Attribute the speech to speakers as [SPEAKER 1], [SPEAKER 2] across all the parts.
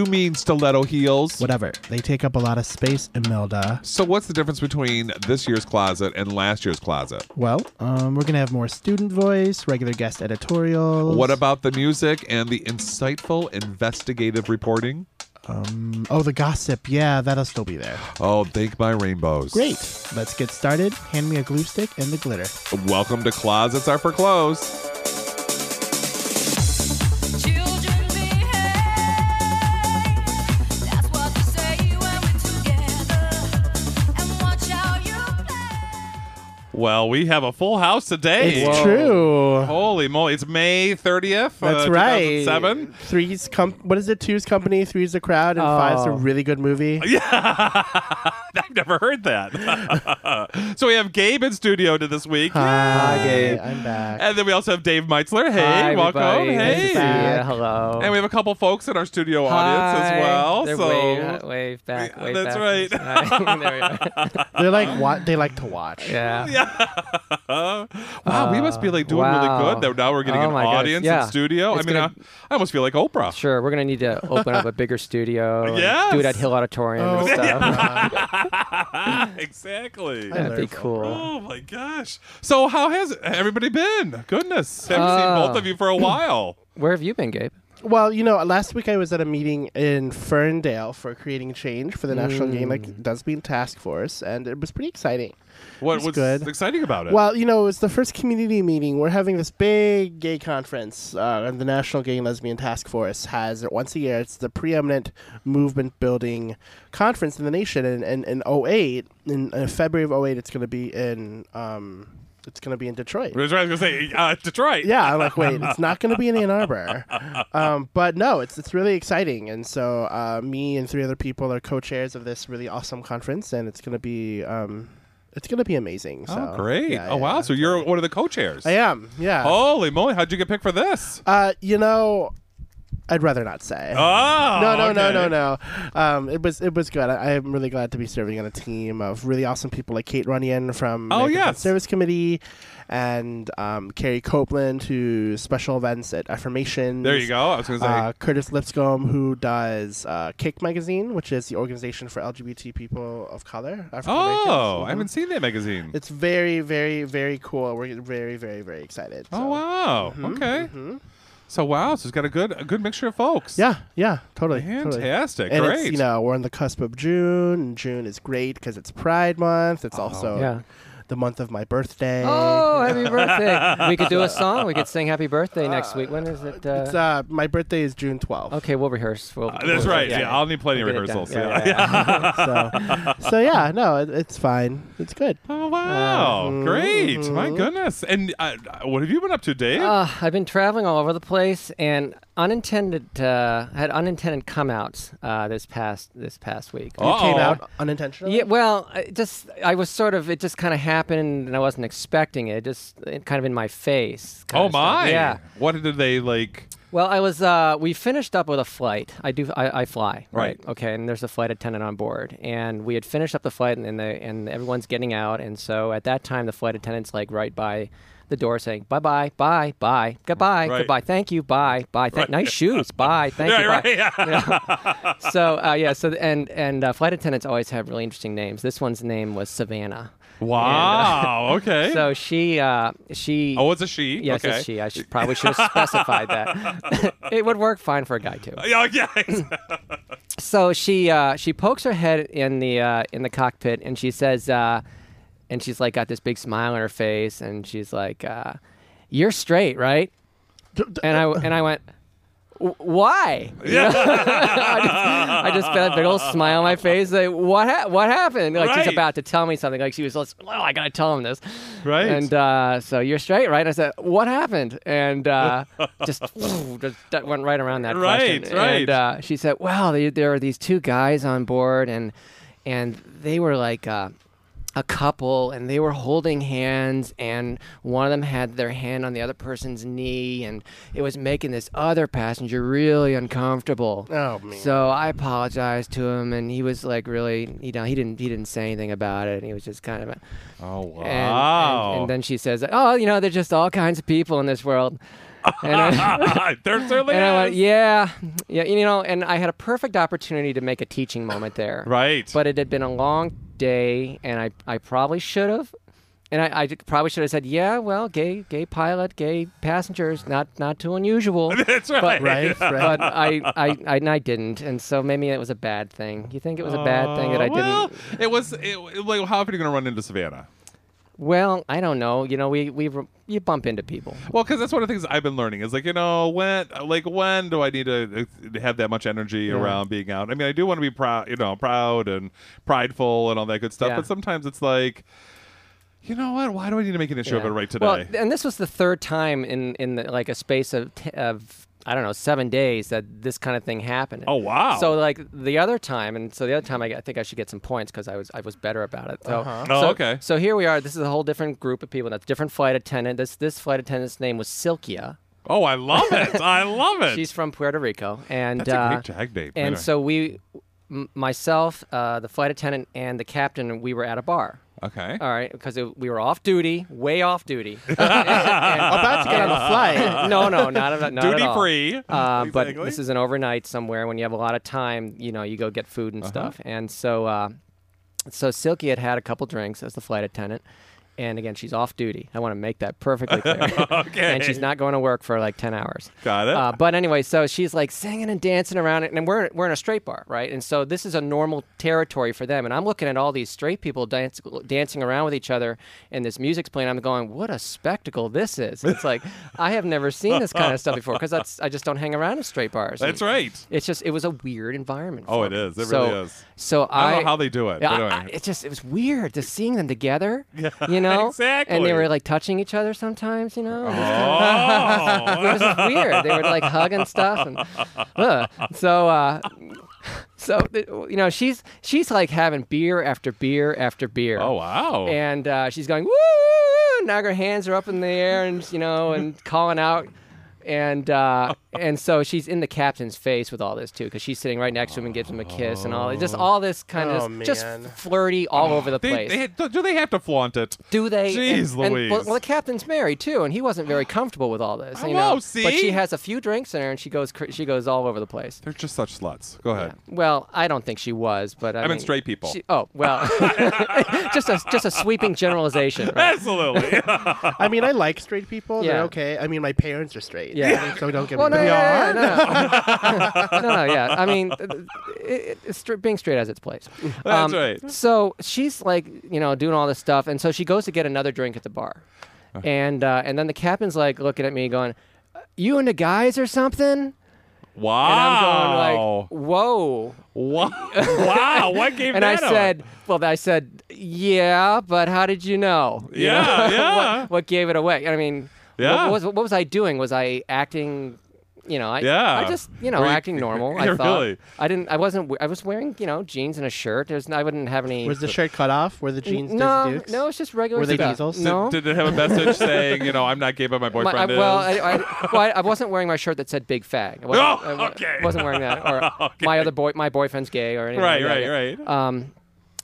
[SPEAKER 1] You mean stiletto heels.
[SPEAKER 2] Whatever. They take up a lot of space, Imelda.
[SPEAKER 1] So what's the difference between this year's closet and last year's closet?
[SPEAKER 2] Well, um, we're gonna have more student voice, regular guest editorials.
[SPEAKER 1] What about the music and the insightful investigative reporting?
[SPEAKER 2] Um, oh, the gossip. Yeah, that'll still be there.
[SPEAKER 1] Oh, thank my rainbows.
[SPEAKER 2] Great. Let's get started. Hand me a glue stick and the glitter.
[SPEAKER 1] Welcome to Closets Are for Clothes.
[SPEAKER 3] Children behave. That's what they say when we're together. And watch how you play.
[SPEAKER 1] Well, we have a full house today.
[SPEAKER 2] It's true.
[SPEAKER 1] Holy moly. It's May 30th.
[SPEAKER 2] That's
[SPEAKER 1] uh,
[SPEAKER 2] right.
[SPEAKER 1] 2007.
[SPEAKER 2] Three's com- what is it? Two's company, three's the crowd, and five's
[SPEAKER 1] Oh.
[SPEAKER 2] a really good movie.
[SPEAKER 1] I've never heard that. so we have Gabe in studio to this week.
[SPEAKER 2] Hi,
[SPEAKER 4] Gabe.
[SPEAKER 2] I'm back.
[SPEAKER 1] And then we also have Dave Meitzler. Hey,
[SPEAKER 4] Hi,
[SPEAKER 1] welcome.
[SPEAKER 4] everybody. Nice to
[SPEAKER 1] Hey.
[SPEAKER 4] see
[SPEAKER 2] Back.
[SPEAKER 4] you. Hello.
[SPEAKER 1] And we have a couple folks in our studio audience
[SPEAKER 4] Hi.
[SPEAKER 1] as well.
[SPEAKER 4] They're
[SPEAKER 1] so
[SPEAKER 4] wave, wave back,
[SPEAKER 1] Yeah,
[SPEAKER 4] wave
[SPEAKER 1] that's right.
[SPEAKER 4] back. Hi. There we are.
[SPEAKER 2] They're like what they like to watch.
[SPEAKER 4] yeah.
[SPEAKER 1] Uh, wow, we must be like doing really
[SPEAKER 4] wow.
[SPEAKER 1] good. That now we're getting
[SPEAKER 4] Oh
[SPEAKER 1] an
[SPEAKER 4] my goodness,
[SPEAKER 1] audience
[SPEAKER 4] yeah.
[SPEAKER 1] in studio. I
[SPEAKER 4] It's
[SPEAKER 1] mean,
[SPEAKER 4] gonna-
[SPEAKER 1] I, I almost feel like Oprah.
[SPEAKER 4] Sure, we're gonna need to open up a bigger studio. and
[SPEAKER 1] Yes.
[SPEAKER 4] Do it at Hill Auditorium
[SPEAKER 2] Oh,
[SPEAKER 4] and stuff.
[SPEAKER 2] God.
[SPEAKER 1] exactly.
[SPEAKER 2] I
[SPEAKER 4] That'd be
[SPEAKER 2] learned from
[SPEAKER 4] cool.
[SPEAKER 1] Oh my gosh! So how has everybody been? Goodness, haven't seen
[SPEAKER 2] Uh.
[SPEAKER 4] Oh.
[SPEAKER 1] both of you for a while.
[SPEAKER 4] Where have you been, Gabe?
[SPEAKER 2] Well, you know, last week I was at a meeting in Ferndale for creating change for the National Game like, Lesbian Task Force, and it was pretty exciting.
[SPEAKER 1] What
[SPEAKER 2] It's
[SPEAKER 1] was
[SPEAKER 2] good.
[SPEAKER 1] exciting about it?
[SPEAKER 2] Well, you know, it's the first community meeting. We're having this big gay conference, uh, and the National Gay and Lesbian Task Force has it once a year. It's the preeminent movement building conference in the nation. And in, in, 08, in uh, February of 08, it's going to be in um, it's going to be in Detroit.
[SPEAKER 1] I was trying to say uh, Detroit.
[SPEAKER 2] Yeah, I'm like, wait, it's not going to be in Ann Arbor, um, but no, it's it's really exciting, and so uh, me and three other people are co-chairs of this really awesome conference, and it's going to be um, it's going to be amazing. So
[SPEAKER 1] Oh, great!
[SPEAKER 2] yeah,
[SPEAKER 1] oh wow! Oh.
[SPEAKER 2] yeah.
[SPEAKER 1] so you're one of the co-chairs.
[SPEAKER 2] I am, yeah.
[SPEAKER 1] Holy moly! How'd you get picked for this?
[SPEAKER 2] Uh, you know, I'd rather not say.
[SPEAKER 1] Oh
[SPEAKER 2] no, no, no,
[SPEAKER 1] okay.
[SPEAKER 2] no, no. Um, it was it was good. I, I'm really glad to be serving on a team of really awesome people like Kate Runyon from
[SPEAKER 1] Oh,
[SPEAKER 2] American Friends
[SPEAKER 1] yes.
[SPEAKER 2] Service Committee, and um, Carrie Copeland who special events at Affirmations.
[SPEAKER 1] There you go. I was going to say.
[SPEAKER 2] Uh, Curtis Lipscomb, who does uh, Kick Magazine, which is the organization for LGBT people of color. African Americans.
[SPEAKER 1] oh,
[SPEAKER 2] Mhm.
[SPEAKER 1] I haven't seen that magazine.
[SPEAKER 2] It's very, very, very cool. We're very, very, very excited.
[SPEAKER 1] oh
[SPEAKER 2] so.
[SPEAKER 4] uh,
[SPEAKER 1] wow!
[SPEAKER 4] mm-hmm,
[SPEAKER 1] okay. So wow, so it's got a good a good mixture of folks.
[SPEAKER 2] Yeah, yeah, totally. totally.
[SPEAKER 1] Fantastic.
[SPEAKER 2] And
[SPEAKER 1] Great.
[SPEAKER 2] it's, you know, we're on the cusp of June. and June is great because it's Pride Month.
[SPEAKER 1] Oh,
[SPEAKER 2] It's also
[SPEAKER 4] Yeah.
[SPEAKER 2] the month of my birthday.
[SPEAKER 4] Oh, happy birthday! We could do a song. We could sing Happy Birthday next week. When is it?
[SPEAKER 2] It's,
[SPEAKER 4] Uh,
[SPEAKER 2] uh, my birthday is June 12th.
[SPEAKER 4] okay, we'll rehearse. We'll,
[SPEAKER 1] Uh, That's
[SPEAKER 4] we'll-
[SPEAKER 1] right. Yeah, I'll need plenty of
[SPEAKER 4] We'll get it done.
[SPEAKER 1] rehearsals. yeah.
[SPEAKER 4] Yeah, yeah, yeah.
[SPEAKER 2] so, so, yeah, no, it, it's fine. It's good.
[SPEAKER 1] Oh wow!
[SPEAKER 4] Uh-huh.
[SPEAKER 1] Great!
[SPEAKER 4] Mm-hmm.
[SPEAKER 1] My goodness! And uh, what have you been up to, Dave?
[SPEAKER 4] Uh, I've been traveling all over the place and unintended uh, had unintended come outs uh, this past this past week.
[SPEAKER 1] Oh.
[SPEAKER 2] Came
[SPEAKER 1] Uh-oh.
[SPEAKER 2] out unintentionally.
[SPEAKER 4] Yeah, well, I just I was sort of it just kind of happened and I wasn't expecting it. Just it kind of in my face. kind
[SPEAKER 1] oh
[SPEAKER 4] of stuff.
[SPEAKER 1] my!
[SPEAKER 4] Yeah.
[SPEAKER 1] What did they like?
[SPEAKER 4] Well, I was. Uh, we finished up with a flight. I do. I, I fly.
[SPEAKER 1] Right.
[SPEAKER 4] Okay. And there's a flight attendant on board, and we had finished up the flight, and, and, they, and everyone's getting out, and so at that time, the flight attendant's like right by the door, saying bye bye bye bye goodbye
[SPEAKER 1] Right.
[SPEAKER 4] goodbye thank you bye bye thank nice shoes bye thank you
[SPEAKER 1] Yeah,
[SPEAKER 4] bye. uh, You know? so uh, yeah. So and and uh, flight attendants always have really interesting names. This one's name was Savannah.
[SPEAKER 1] Wow! okay.
[SPEAKER 4] So she uh, she.
[SPEAKER 1] oh, it's a she.
[SPEAKER 4] Yes,
[SPEAKER 1] okay.
[SPEAKER 4] it's she. I should, probably should have specified that. it would work fine for a guy too.
[SPEAKER 1] Yeah, yeah.
[SPEAKER 4] So she uh, she pokes her head in the uh, in the cockpit and she says, uh, and she's like got this big smile on her face and she's like, uh, "You're straight, right?" And I and I went, "W- "Why?" You know? I just got a big old smile on my face. Like, what ha- what happened? Like she's
[SPEAKER 1] Right.
[SPEAKER 4] about to tell me something. Like she was like, "Well, I gotta tell him this."
[SPEAKER 1] Right.
[SPEAKER 4] And uh, so you're straight, right? I said, "What happened?" And uh, just, just that went right around that
[SPEAKER 1] Right,
[SPEAKER 4] question.
[SPEAKER 1] right.
[SPEAKER 4] And uh, she said, "Wow, there, there are these two guys on board, and and they were like." Uh, a couple and they were holding hands and one of them had their hand on the other person's knee and it was making this other passenger really uncomfortable.
[SPEAKER 2] Oh, man.
[SPEAKER 4] So I apologized to him and he was like really you know he didn't he didn't say anything about it and he was just kind of
[SPEAKER 1] oh wow!
[SPEAKER 4] and, and, and then she says, "Oh, you know, there's just all kinds of people in this world." And then-
[SPEAKER 1] there certainly
[SPEAKER 4] and I
[SPEAKER 1] is.
[SPEAKER 4] went, yeah, yeah, you know, and I had a perfect opportunity to make a teaching moment there.
[SPEAKER 1] Right.
[SPEAKER 4] But it had been a long day, and I, I probably should have, and I, I did- probably should have said, yeah, well, gay, gay pilot, gay passengers, not, not too unusual.
[SPEAKER 1] That's right.
[SPEAKER 2] Right, right.
[SPEAKER 4] But I, I, I, and I didn't, and so maybe it was a bad thing. You think it was a bad thing that I
[SPEAKER 1] Uh,
[SPEAKER 4] didn't?
[SPEAKER 1] Well, it was. It, it- like, how often are you going to run into Savannah?
[SPEAKER 4] Well, I don't know. You know, we, we, you bump into people.
[SPEAKER 1] Well, because that's one of the things I've been learning is like you know when like when do I need to uh, have that much energy around being out? I mean, I do want to be proud, you know, proud and prideful and all that good stuff.
[SPEAKER 4] Yeah.
[SPEAKER 1] But sometimes it's like, you know what? Why do I need to make an issue of it
[SPEAKER 4] Yeah.
[SPEAKER 1] right today?
[SPEAKER 4] Well, th- and this was the third time in in the, like a space of t- of I don't know seven days that this kind of thing happened.
[SPEAKER 1] Oh, wow.
[SPEAKER 4] So like the other time, and so the other time I, g- I think I should get some points because I was I was better about it. So,
[SPEAKER 1] Oh,
[SPEAKER 4] so-
[SPEAKER 1] okay.
[SPEAKER 4] So here we are. This is a whole different group of people. That's different flight attendant. This this flight attendant's name was Silkia.
[SPEAKER 1] oh, I love it! I love it.
[SPEAKER 4] She's from Puerto Rico, and
[SPEAKER 1] That's a
[SPEAKER 4] uh,
[SPEAKER 1] great jag name.
[SPEAKER 4] and
[SPEAKER 1] Anyway.
[SPEAKER 4] so we, m- myself, uh, the flight attendant, and the captain, we were at a bar.
[SPEAKER 1] okay.
[SPEAKER 4] All right, because we were off duty, way off duty. And-
[SPEAKER 2] About to get on a flight.
[SPEAKER 4] no, no, not at, not
[SPEAKER 1] Duty
[SPEAKER 4] at all.
[SPEAKER 1] free.
[SPEAKER 4] Uh, But
[SPEAKER 1] Exactly.
[SPEAKER 4] this is an overnight somewhere when you have a lot of time. You know, you go get food
[SPEAKER 1] Uh-huh.
[SPEAKER 4] and stuff. And so, uh, so Silky had had a couple drinks as the flight attendant, and again, she's off duty. I want to make that perfectly clear.
[SPEAKER 1] Okay.
[SPEAKER 4] and she's not going to work for like ten hours.
[SPEAKER 1] Got it.
[SPEAKER 4] Uh, but anyway, so she's like singing and dancing around it, and we're we're in a straight bar, right? And so this is a normal territory for them. And I'm looking at all these straight people dance, dancing around with each other, and this music's playing. I'm going, what a spectacle this is! It's like I have never seen this kind of stuff before because that's I just don't hang around in straight bars.
[SPEAKER 1] That's
[SPEAKER 4] And
[SPEAKER 1] right.
[SPEAKER 4] It's just it was a weird environment.
[SPEAKER 1] Oh,
[SPEAKER 4] for
[SPEAKER 1] it
[SPEAKER 4] me.
[SPEAKER 1] is. It
[SPEAKER 4] so,
[SPEAKER 1] really is.
[SPEAKER 4] So
[SPEAKER 1] I
[SPEAKER 4] I
[SPEAKER 1] don't know how they do it,
[SPEAKER 4] Yeah,
[SPEAKER 1] but
[SPEAKER 4] I-
[SPEAKER 1] anyway.
[SPEAKER 4] I- it's just it was weird just seeing them together. you know, And
[SPEAKER 1] exactly.
[SPEAKER 4] they were like touching each other sometimes. You know.
[SPEAKER 1] Oh.
[SPEAKER 4] it was just weird. They would like hug and stuff, and ugh. so uh, so th- you know she's she's like having beer after beer after beer.
[SPEAKER 1] oh wow.
[SPEAKER 4] And uh, she's going woo! Now her hands are up in the air, and you know, and calling out. And uh, and so she's in the captain's face with all this too, because she's sitting right next to him and gives him a kiss and all, just all this kind of
[SPEAKER 2] Oh,
[SPEAKER 4] just,
[SPEAKER 2] man.
[SPEAKER 4] flirty all over the
[SPEAKER 1] they,
[SPEAKER 4] place.
[SPEAKER 1] they, do they have to flaunt it?
[SPEAKER 4] Do they?
[SPEAKER 1] Jeez
[SPEAKER 4] and, and-
[SPEAKER 1] Louise.
[SPEAKER 4] well, well, the captain's married too, and he wasn't very comfortable with all this. You
[SPEAKER 1] Hello,
[SPEAKER 4] know?
[SPEAKER 1] see?
[SPEAKER 4] But she has a few drinks in her, and she goes cr- she goes all over the place.
[SPEAKER 1] They're just such sluts. Go ahead.
[SPEAKER 4] Well, I don't think she was, but I,
[SPEAKER 1] I meant
[SPEAKER 4] mean,
[SPEAKER 1] straight people.
[SPEAKER 4] she- oh well, just a just a sweeping generalization. Right?
[SPEAKER 1] Absolutely.
[SPEAKER 2] I mean, I like straight people. They're
[SPEAKER 4] Yeah.
[SPEAKER 2] okay. I mean, my parents are straight.
[SPEAKER 4] Yeah.
[SPEAKER 2] So don't get
[SPEAKER 4] Well,
[SPEAKER 2] me
[SPEAKER 4] no,
[SPEAKER 2] wrong.
[SPEAKER 4] yeah, yeah, no, no, no, no, yeah. I mean, th- th- it, it's str- being straight has its place. Um,
[SPEAKER 1] That's right.
[SPEAKER 4] So she's like, you know, doing all this stuff, and so she goes to get another drink at the bar,
[SPEAKER 1] Uh-huh.
[SPEAKER 4] and uh, and then the captain's like looking at me, going, "You into guys or something?"
[SPEAKER 1] Wow.
[SPEAKER 4] And I'm going like, "Whoa!"
[SPEAKER 1] Wow! wow! What gave
[SPEAKER 4] And I
[SPEAKER 1] that up?
[SPEAKER 4] said, "Well, I said, yeah, but how did you know? You
[SPEAKER 1] Yeah,
[SPEAKER 4] know?
[SPEAKER 1] yeah.
[SPEAKER 4] what, what gave it away? I mean,
[SPEAKER 1] Yeah.
[SPEAKER 4] what, was, what was I doing? Was I acting? You know, I,
[SPEAKER 1] Yeah.
[SPEAKER 4] I just, you know,
[SPEAKER 1] Were you-
[SPEAKER 4] acting normal. I
[SPEAKER 1] Yeah,
[SPEAKER 4] thought
[SPEAKER 1] really.
[SPEAKER 4] I didn't. I wasn't. we- I was wearing, you know, jeans and a shirt. There's, I wouldn't have any.
[SPEAKER 2] Was the shirt cut off? Were the jeans
[SPEAKER 4] no,
[SPEAKER 2] Dukes?
[SPEAKER 4] no, it's just regular.
[SPEAKER 2] Were they
[SPEAKER 4] stuff.
[SPEAKER 2] diesels? Did-
[SPEAKER 4] No.
[SPEAKER 1] Did, did it have a message saying, you know, I'm not gay, but my
[SPEAKER 4] My-
[SPEAKER 1] boyfriend
[SPEAKER 4] I,
[SPEAKER 1] is?
[SPEAKER 4] well, I, I, well, I, I wasn't wearing my shirt that said "big fag." I wasn't,
[SPEAKER 1] Oh,
[SPEAKER 4] I wa-
[SPEAKER 1] okay.
[SPEAKER 4] wasn't wearing that. Or
[SPEAKER 1] Okay.
[SPEAKER 4] my other boy, my boyfriend's gay, or anything.
[SPEAKER 1] right,
[SPEAKER 4] like that.
[SPEAKER 1] right, right.
[SPEAKER 4] Um,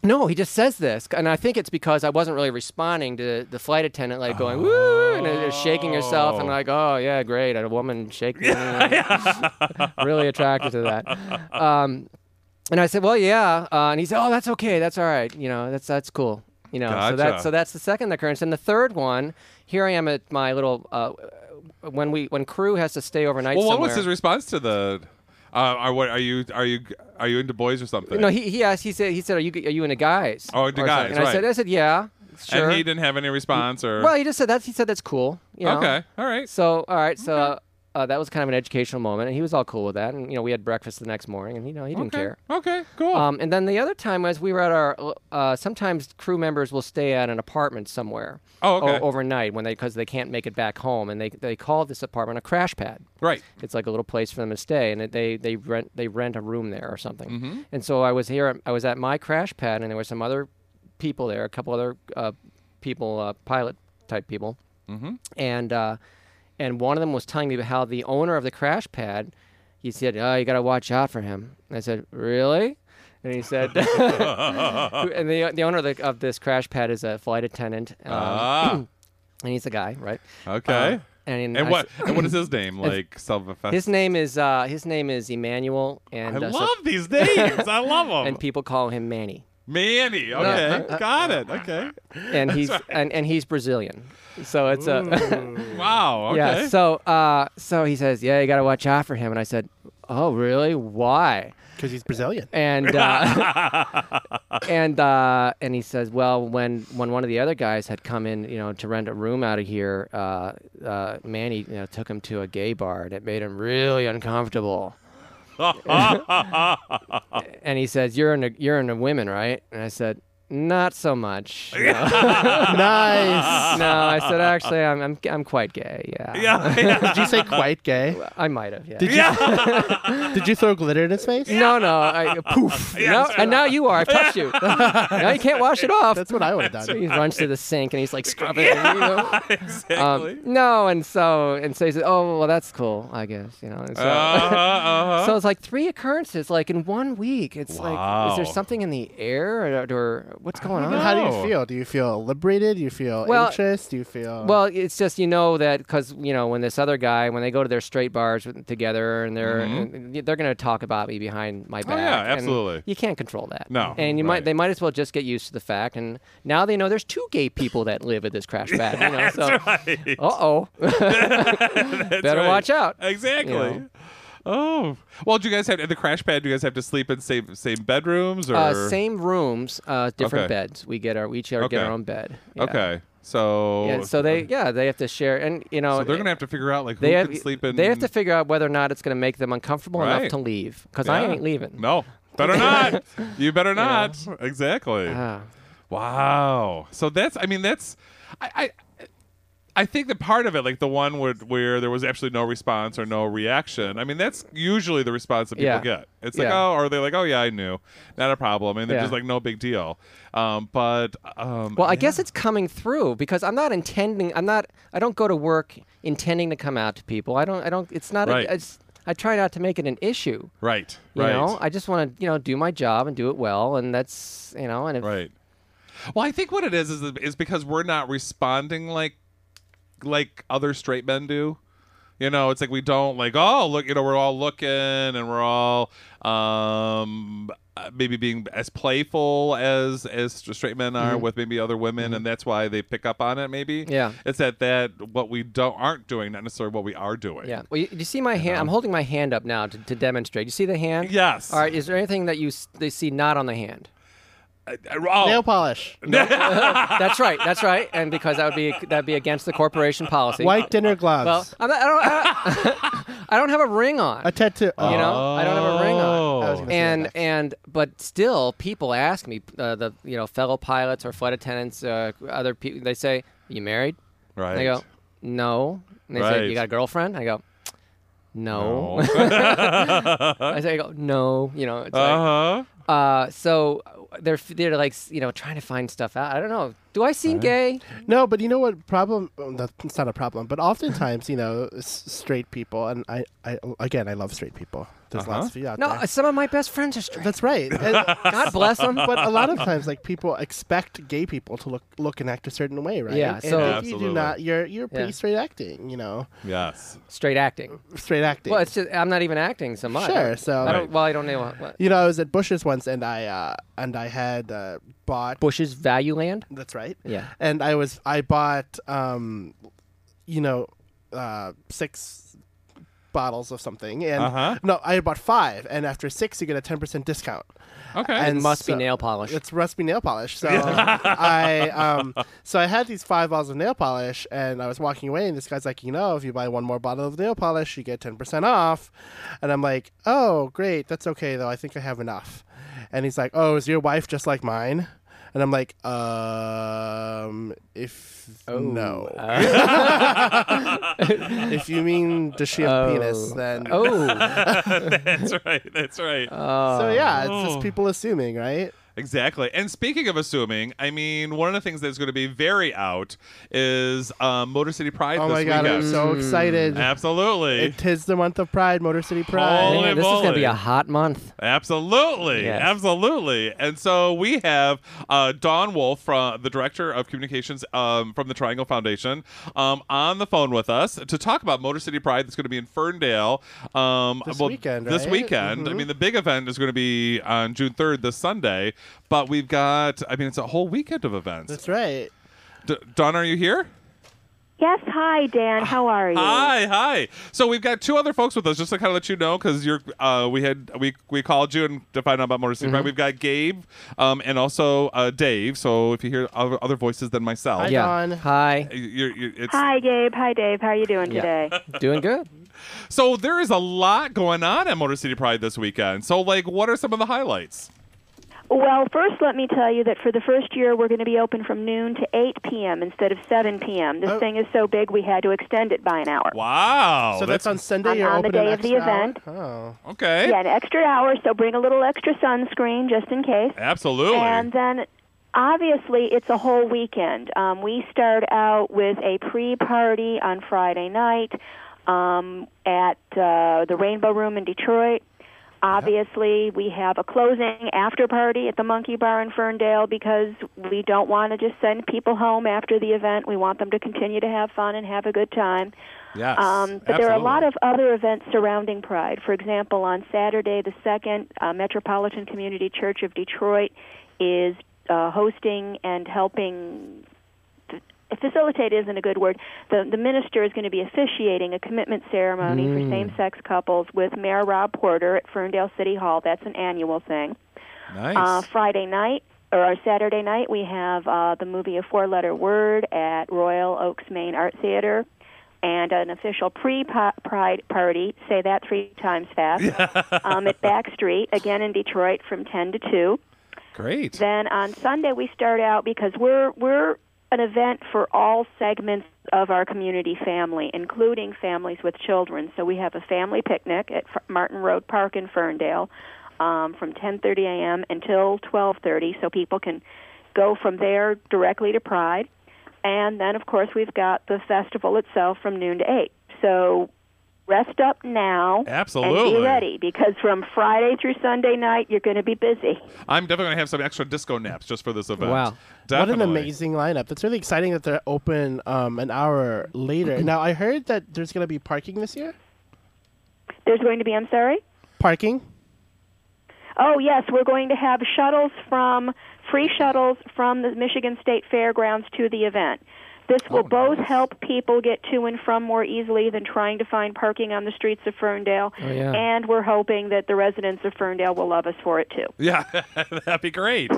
[SPEAKER 4] no, he just says this, and I think it's because I wasn't really responding to the flight attendant, like going woo, and uh, shaking herself, and
[SPEAKER 1] Oh.
[SPEAKER 4] like, oh yeah, great, a woman shaking, really attracted to that. Um, and I said, well, yeah, uh, and he said, oh, that's okay, that's all right, you know, that's that's cool, you know. So
[SPEAKER 1] Gotcha.
[SPEAKER 4] that's so that's the second occurrence, and the third one, here I am at my little uh, when we when crew has to stay overnight.
[SPEAKER 1] well, what was
[SPEAKER 4] somewhere-
[SPEAKER 1] his response to the? Uh, are what are you are you are you into boys or something?
[SPEAKER 4] No, he, he asked. He said, "He said, are you are you into guys?"
[SPEAKER 1] Oh, into
[SPEAKER 4] Or
[SPEAKER 1] guys,
[SPEAKER 4] something. And I said,
[SPEAKER 1] right.
[SPEAKER 4] "I said, yeah, sure."
[SPEAKER 1] and he didn't have any response or.
[SPEAKER 4] Well, he just said that. He said that's cool. You know?
[SPEAKER 1] okay, all right.
[SPEAKER 4] So, all right. So uh, that was kind of an educational moment, and he was all cool with that. And you know, we had breakfast the next morning, and you know, he didn't
[SPEAKER 1] okay.
[SPEAKER 4] care.
[SPEAKER 1] Okay, cool.
[SPEAKER 4] Um, and then the other time was we were at our. Uh, sometimes crew members will stay at an apartment somewhere.
[SPEAKER 1] Oh, okay.
[SPEAKER 4] o- overnight when they because they can't make it back home, and they they call this apartment a crash pad.
[SPEAKER 1] right.
[SPEAKER 4] It's like a little place for them to stay, and it, they they rent they rent a room there or something.
[SPEAKER 1] Mm-hmm.
[SPEAKER 4] And so I was here. at- I was at my crash pad, and there were some other people there, a couple other uh, people, uh, pilot type people, mm-hmm. and uh, and one of them was telling me about how the owner of the crash pad. He said, "Oh, you got to watch out for him." And I said, "Really?" And he said, "And the, the owner of, the, of this crash pad is a flight attendant, um,
[SPEAKER 1] Ah,
[SPEAKER 4] and he's a guy, right?" Um,
[SPEAKER 1] okay.
[SPEAKER 4] And,
[SPEAKER 1] And
[SPEAKER 4] I
[SPEAKER 1] what
[SPEAKER 4] s-
[SPEAKER 1] and what is his name? Like Salvafest.
[SPEAKER 4] His name is uh, his name is Emmanuel, and
[SPEAKER 1] I
[SPEAKER 4] uh, so-
[SPEAKER 1] love these names. I love them.
[SPEAKER 4] and people call him Manny.
[SPEAKER 1] Manny. Okay,
[SPEAKER 4] uh,
[SPEAKER 1] got it. Okay.
[SPEAKER 4] and he's and, and he's Brazilian. So it's a
[SPEAKER 1] Wow. Okay.
[SPEAKER 4] yeah. So uh, so he says, yeah, you got to watch out for him. And I said, oh really? Why?
[SPEAKER 2] because he's Brazilian.
[SPEAKER 4] And uh, and uh, and he says, well, when when one of the other guys had come in, you know, to rent a room out of here, uh, uh, Manny you know took him to a gay bar, and it made him really uncomfortable. and he says, "You're into you're into women, right?" And I said, "Not so much." you know.
[SPEAKER 2] nice.
[SPEAKER 4] no, I said actually, I'm I'm, I'm quite gay. Yeah.
[SPEAKER 1] yeah, yeah.
[SPEAKER 2] Did you say quite gay?
[SPEAKER 4] I might have. Yeah.
[SPEAKER 2] Did you did you throw glitter in his face?
[SPEAKER 4] no, no. I, poof. no, and now you are. I've touched you. now you can't wash it off.
[SPEAKER 2] That's what I would have
[SPEAKER 4] so
[SPEAKER 2] done.
[SPEAKER 4] he runs to the sink and he's like scrubbing. you know?
[SPEAKER 1] exactly.
[SPEAKER 4] um, no, and so and so he said, "Oh, well, that's cool, I guess." You know. And Um, so,
[SPEAKER 1] Uh-huh, uh-huh.
[SPEAKER 4] so it's like three occurrences, like in one week. It's like, is
[SPEAKER 1] Wow.
[SPEAKER 4] there something in the air, or, or what's going on?
[SPEAKER 1] know.
[SPEAKER 2] How do
[SPEAKER 1] No.
[SPEAKER 2] you feel? Do you feel liberated? Do you feel
[SPEAKER 4] Well-
[SPEAKER 2] anxious? Do you feel
[SPEAKER 4] Well, it's just you know that because you know when this other guy when they go to their straight bars with- together and they're and they're going to talk about me behind my back.
[SPEAKER 1] Mm-hmm. Oh, yeah,
[SPEAKER 4] and
[SPEAKER 1] absolutely.
[SPEAKER 4] you can't control that.
[SPEAKER 1] No,
[SPEAKER 4] and you
[SPEAKER 1] right.
[SPEAKER 4] might they might as well just get used to the fact. And now they know there's two gay people that live at this crash pad. You know, so
[SPEAKER 1] right.
[SPEAKER 4] uh oh,
[SPEAKER 1] That's
[SPEAKER 4] better
[SPEAKER 1] right.
[SPEAKER 4] watch out.
[SPEAKER 1] Exactly.
[SPEAKER 4] You know.
[SPEAKER 1] Oh. Well, do you guys have at the crash pad? Do you guys have to sleep in same same bedrooms or
[SPEAKER 4] Uh, same rooms, uh, different
[SPEAKER 1] Okay.
[SPEAKER 4] beds. We get our we each get
[SPEAKER 1] Okay.
[SPEAKER 4] our own bed. Yeah.
[SPEAKER 1] Okay. So
[SPEAKER 4] Yeah, so they yeah they have to share and you know
[SPEAKER 1] so they're
[SPEAKER 4] it-
[SPEAKER 1] gonna have to figure out like who
[SPEAKER 4] they have,
[SPEAKER 1] can sleep in.
[SPEAKER 4] they have to figure out whether or not it's going to make them uncomfortable
[SPEAKER 1] Right.
[SPEAKER 4] enough to leave because I
[SPEAKER 1] Yeah.
[SPEAKER 4] ain't leaving.
[SPEAKER 1] No. Better not. you better not. Exactly.
[SPEAKER 4] Ah.
[SPEAKER 1] Wow. So that's. I mean, that's. I. I I think that part of it, like the one where, where there was absolutely no response or no reaction, I mean, that's usually the response that people
[SPEAKER 4] Yeah.
[SPEAKER 1] get. It's like,
[SPEAKER 4] Yeah.
[SPEAKER 1] oh, or they're like, oh, yeah, I knew. Not a problem. And they're
[SPEAKER 4] Yeah.
[SPEAKER 1] just like, no big deal. Um, but, um,
[SPEAKER 4] Well, I
[SPEAKER 1] yeah.
[SPEAKER 4] guess it's coming through because I'm not intending. I'm not. I don't go to work intending to come out to people. I don't. I don't. It's not.
[SPEAKER 1] Right.
[SPEAKER 4] A, it's, I try not to make it an issue.
[SPEAKER 1] Right.
[SPEAKER 4] You
[SPEAKER 1] Right.
[SPEAKER 4] know, I just want to, you know, do my job and do it well, and that's, you know, and if,
[SPEAKER 1] Right. Well, I think what it is is is because we're not responding like like other straight men do. You know, it's like we don't like oh look, you know, we're all looking and we're all um uh, maybe being as playful as as straight men are with maybe other women and that's why they pick up on it maybe.
[SPEAKER 4] Mm-hmm. Yeah.
[SPEAKER 1] It's that that what we don't aren't doing, not necessarily what we are doing.
[SPEAKER 4] yeah. Well, you, you see my hand. I'm holding my hand up now to, to demonstrate. You see the hand?
[SPEAKER 1] Yes.
[SPEAKER 4] All right. Is there anything that you s- they see not on the hand?
[SPEAKER 1] Uh, oh,
[SPEAKER 2] nail polish?
[SPEAKER 4] That's right. That's right. And because that would be that'd be against the corporation policy.
[SPEAKER 2] White dinner
[SPEAKER 4] Well,
[SPEAKER 2] gloves.
[SPEAKER 4] I'm not, I don't. I don't, I don't have a ring on.
[SPEAKER 2] a tattoo. Oh,
[SPEAKER 4] you know, I don't have a ring on.
[SPEAKER 1] Oh.
[SPEAKER 2] I was gonna say
[SPEAKER 4] and
[SPEAKER 2] that.
[SPEAKER 4] and but still people ask me uh, the you know fellow pilots or flight attendants uh, other people they say you married
[SPEAKER 1] right.
[SPEAKER 4] and i go no and they
[SPEAKER 1] Right.
[SPEAKER 4] say you got a girlfriend i go no,
[SPEAKER 1] uh
[SPEAKER 4] i say I go no you know
[SPEAKER 1] Oh,
[SPEAKER 4] it's like,
[SPEAKER 1] huh.
[SPEAKER 4] uh so they're they're like you know trying to find stuff out i don't know do i seem gay
[SPEAKER 2] No, but you know what problem? oh, no, It's not a problem, but oftentimes, you know, s- straight people, and I, I again, I love straight people. There's
[SPEAKER 1] Uh-huh.
[SPEAKER 2] lots of you out
[SPEAKER 4] no
[SPEAKER 2] there.
[SPEAKER 4] uh, some of my best friends are straight
[SPEAKER 2] That's right. And-
[SPEAKER 4] god bless them
[SPEAKER 2] but a lot of times, like people expect gay people to look, look and act a certain way, right?
[SPEAKER 4] Yeah,
[SPEAKER 2] And
[SPEAKER 4] so-
[SPEAKER 2] if
[SPEAKER 4] Yeah,
[SPEAKER 2] you
[SPEAKER 1] absolutely.
[SPEAKER 2] do not, you're you're pretty
[SPEAKER 4] Yeah.
[SPEAKER 2] straight acting. You know,
[SPEAKER 1] Yes.
[SPEAKER 4] straight acting
[SPEAKER 2] straight acting.
[SPEAKER 4] well it's just i'm not even acting so much
[SPEAKER 2] Mm. Sure, so-
[SPEAKER 4] i don't
[SPEAKER 1] Right.
[SPEAKER 4] well i don't know what
[SPEAKER 2] you know, I was at Bush's once, and I uh, and I had uh, bought.
[SPEAKER 4] bush's value land
[SPEAKER 2] That's right.
[SPEAKER 4] yeah
[SPEAKER 2] and I was I bought um, you know, uh, six bottles of something, and
[SPEAKER 1] Uh-huh.
[SPEAKER 2] no, I had bought five, and after six you get a ten percent discount.
[SPEAKER 1] Okay.
[SPEAKER 2] And
[SPEAKER 4] must
[SPEAKER 2] so-
[SPEAKER 4] be nail polish
[SPEAKER 2] It's rusty nail polish. So I um, so I had these five bottles of nail polish, and I was walking away, and this guy's like, you know, if you buy one more bottle of nail polish, you get ten percent off, and I'm like, oh great, that's okay though. I think I have enough, and he's like, oh, is your wife just like mine? And I'm like, um, if no, if you mean does she have a penis, then
[SPEAKER 4] oh
[SPEAKER 1] that's right. That's right.
[SPEAKER 2] so yeah, it's
[SPEAKER 1] Oh.
[SPEAKER 2] just people assuming, right?
[SPEAKER 1] Exactly. And speaking of assuming, I mean, one of the things that's going to be very out is um, Motor City Pride
[SPEAKER 2] Oh
[SPEAKER 1] this
[SPEAKER 2] my god,
[SPEAKER 1] weekend.
[SPEAKER 2] I'm so excited.
[SPEAKER 1] Absolutely.
[SPEAKER 2] It is the month of Pride, Motor City Pride.
[SPEAKER 1] Holy
[SPEAKER 4] Man, this is gonna be
[SPEAKER 1] moly.
[SPEAKER 4] a hot month.
[SPEAKER 1] Absolutely,
[SPEAKER 4] Yes.
[SPEAKER 1] absolutely. And so we have uh, Don Wolf, from the director of communications um, from the Triangle Foundation, um, on the phone with us to talk about Motor City Pride that's going to be in Ferndale um,
[SPEAKER 2] This
[SPEAKER 1] well,
[SPEAKER 2] weekend,
[SPEAKER 1] This
[SPEAKER 2] right? Mm-hmm.
[SPEAKER 1] weekend. I mean, the big event is going to be on June third, this Sunday. But we've got, I mean, it's a whole weekend of events.
[SPEAKER 2] That's right.
[SPEAKER 1] D- Don, are you here?
[SPEAKER 5] Yes, hi, Dan. How are you?
[SPEAKER 1] Hi, hi. So we've got two other folks with us, just to kind of let you know, because you're uh, we had we we called you and to find out about Motor City
[SPEAKER 2] Mm-hmm.
[SPEAKER 1] Pride. We've got Gabe um, and also uh, Dave. So if you hear other, other voices than myself,
[SPEAKER 2] Hi,
[SPEAKER 4] yeah.
[SPEAKER 2] Don.
[SPEAKER 4] Hi.
[SPEAKER 1] You're, you're, it's,
[SPEAKER 5] Hi, Gabe. Hi, Dave. How are you doing
[SPEAKER 4] Yeah.
[SPEAKER 5] today?
[SPEAKER 4] Doing good.
[SPEAKER 1] so there is a lot going on at Motor City Pride this weekend. So like, what are some of the highlights?
[SPEAKER 5] Well, first, let me tell you that for the first year, we're going to be open from noon to 8 p.m. instead of 7 p.m. This
[SPEAKER 2] Oh.
[SPEAKER 5] thing is so big, we had to extend it by an hour.
[SPEAKER 1] Wow,
[SPEAKER 2] So that's on Sunday.
[SPEAKER 5] On-
[SPEAKER 2] You're
[SPEAKER 5] on the
[SPEAKER 2] open
[SPEAKER 5] day
[SPEAKER 2] an
[SPEAKER 5] of the
[SPEAKER 2] extra hour?
[SPEAKER 5] event.
[SPEAKER 2] Oh,
[SPEAKER 1] okay.
[SPEAKER 5] Yeah, an extra hour, so bring a little extra sunscreen just in case.
[SPEAKER 1] Absolutely.
[SPEAKER 5] And then, obviously, it's a whole weekend. Um, we start out with a pre-party on Friday night um, at uh, the Rainbow Room in Detroit. Obviously, we have a closing after party at the Monkey Bar in Ferndale because we don't want to just send people home after the event. We want them to continue to have fun and have a good time.
[SPEAKER 1] yes.
[SPEAKER 5] Um, but there are a lot
[SPEAKER 1] absolutely.
[SPEAKER 5] of other events surrounding Pride. For example, on Saturday the 2nd, uh, Metropolitan Community Church of Detroit is uh, hosting and helping. f- Facilitate isn't a good word. The, the minister is going to be officiating a commitment ceremony
[SPEAKER 1] Mm.
[SPEAKER 5] for same sex couples with Mayor Rob Porter at Ferndale City Hall. That's an annual thing. Uh,
[SPEAKER 1] nice.
[SPEAKER 5] Friday night or our Saturday night, we have uh, the movie A Four Letter Word at Royal Oaks Main Art Theater. And an official pre-pride party. Say that three times fast. um, at Backstreet again in Detroit from ten to two.
[SPEAKER 1] Great.
[SPEAKER 5] Then on Sunday we start out because we're we're an event for all segments of our community family, including families with children. So we have a family picnic at F- Martin Road Park in Ferndale um, from 10:30 a.m. until 12:30, so people can go from there directly to Pride. And then, of course, we've got the festival itself from noon to eight. So rest up now and
[SPEAKER 1] Absolutely.
[SPEAKER 5] be ready because from Friday through Sunday night you're going to be busy.
[SPEAKER 1] I'm definitely gonna have some extra disco naps just for this event.
[SPEAKER 4] Wow.
[SPEAKER 2] what an
[SPEAKER 1] Definitely.
[SPEAKER 2] amazing lineup! It's really exciting that they're open um, an hour later. now I heard that there's going to be parking this year.
[SPEAKER 5] There's going to be, I'm sorry?
[SPEAKER 2] Parking.
[SPEAKER 5] Oh, yes, we're going to have shuttles from, free shuttles from the Michigan State Fairgrounds to the event. This will both help people get to and from more easily than trying to find parking on the streets of Ferndale.
[SPEAKER 4] Oh, yeah.
[SPEAKER 5] And we're hoping that the residents of Ferndale will love us for it too.
[SPEAKER 1] Yeah, that'd be great.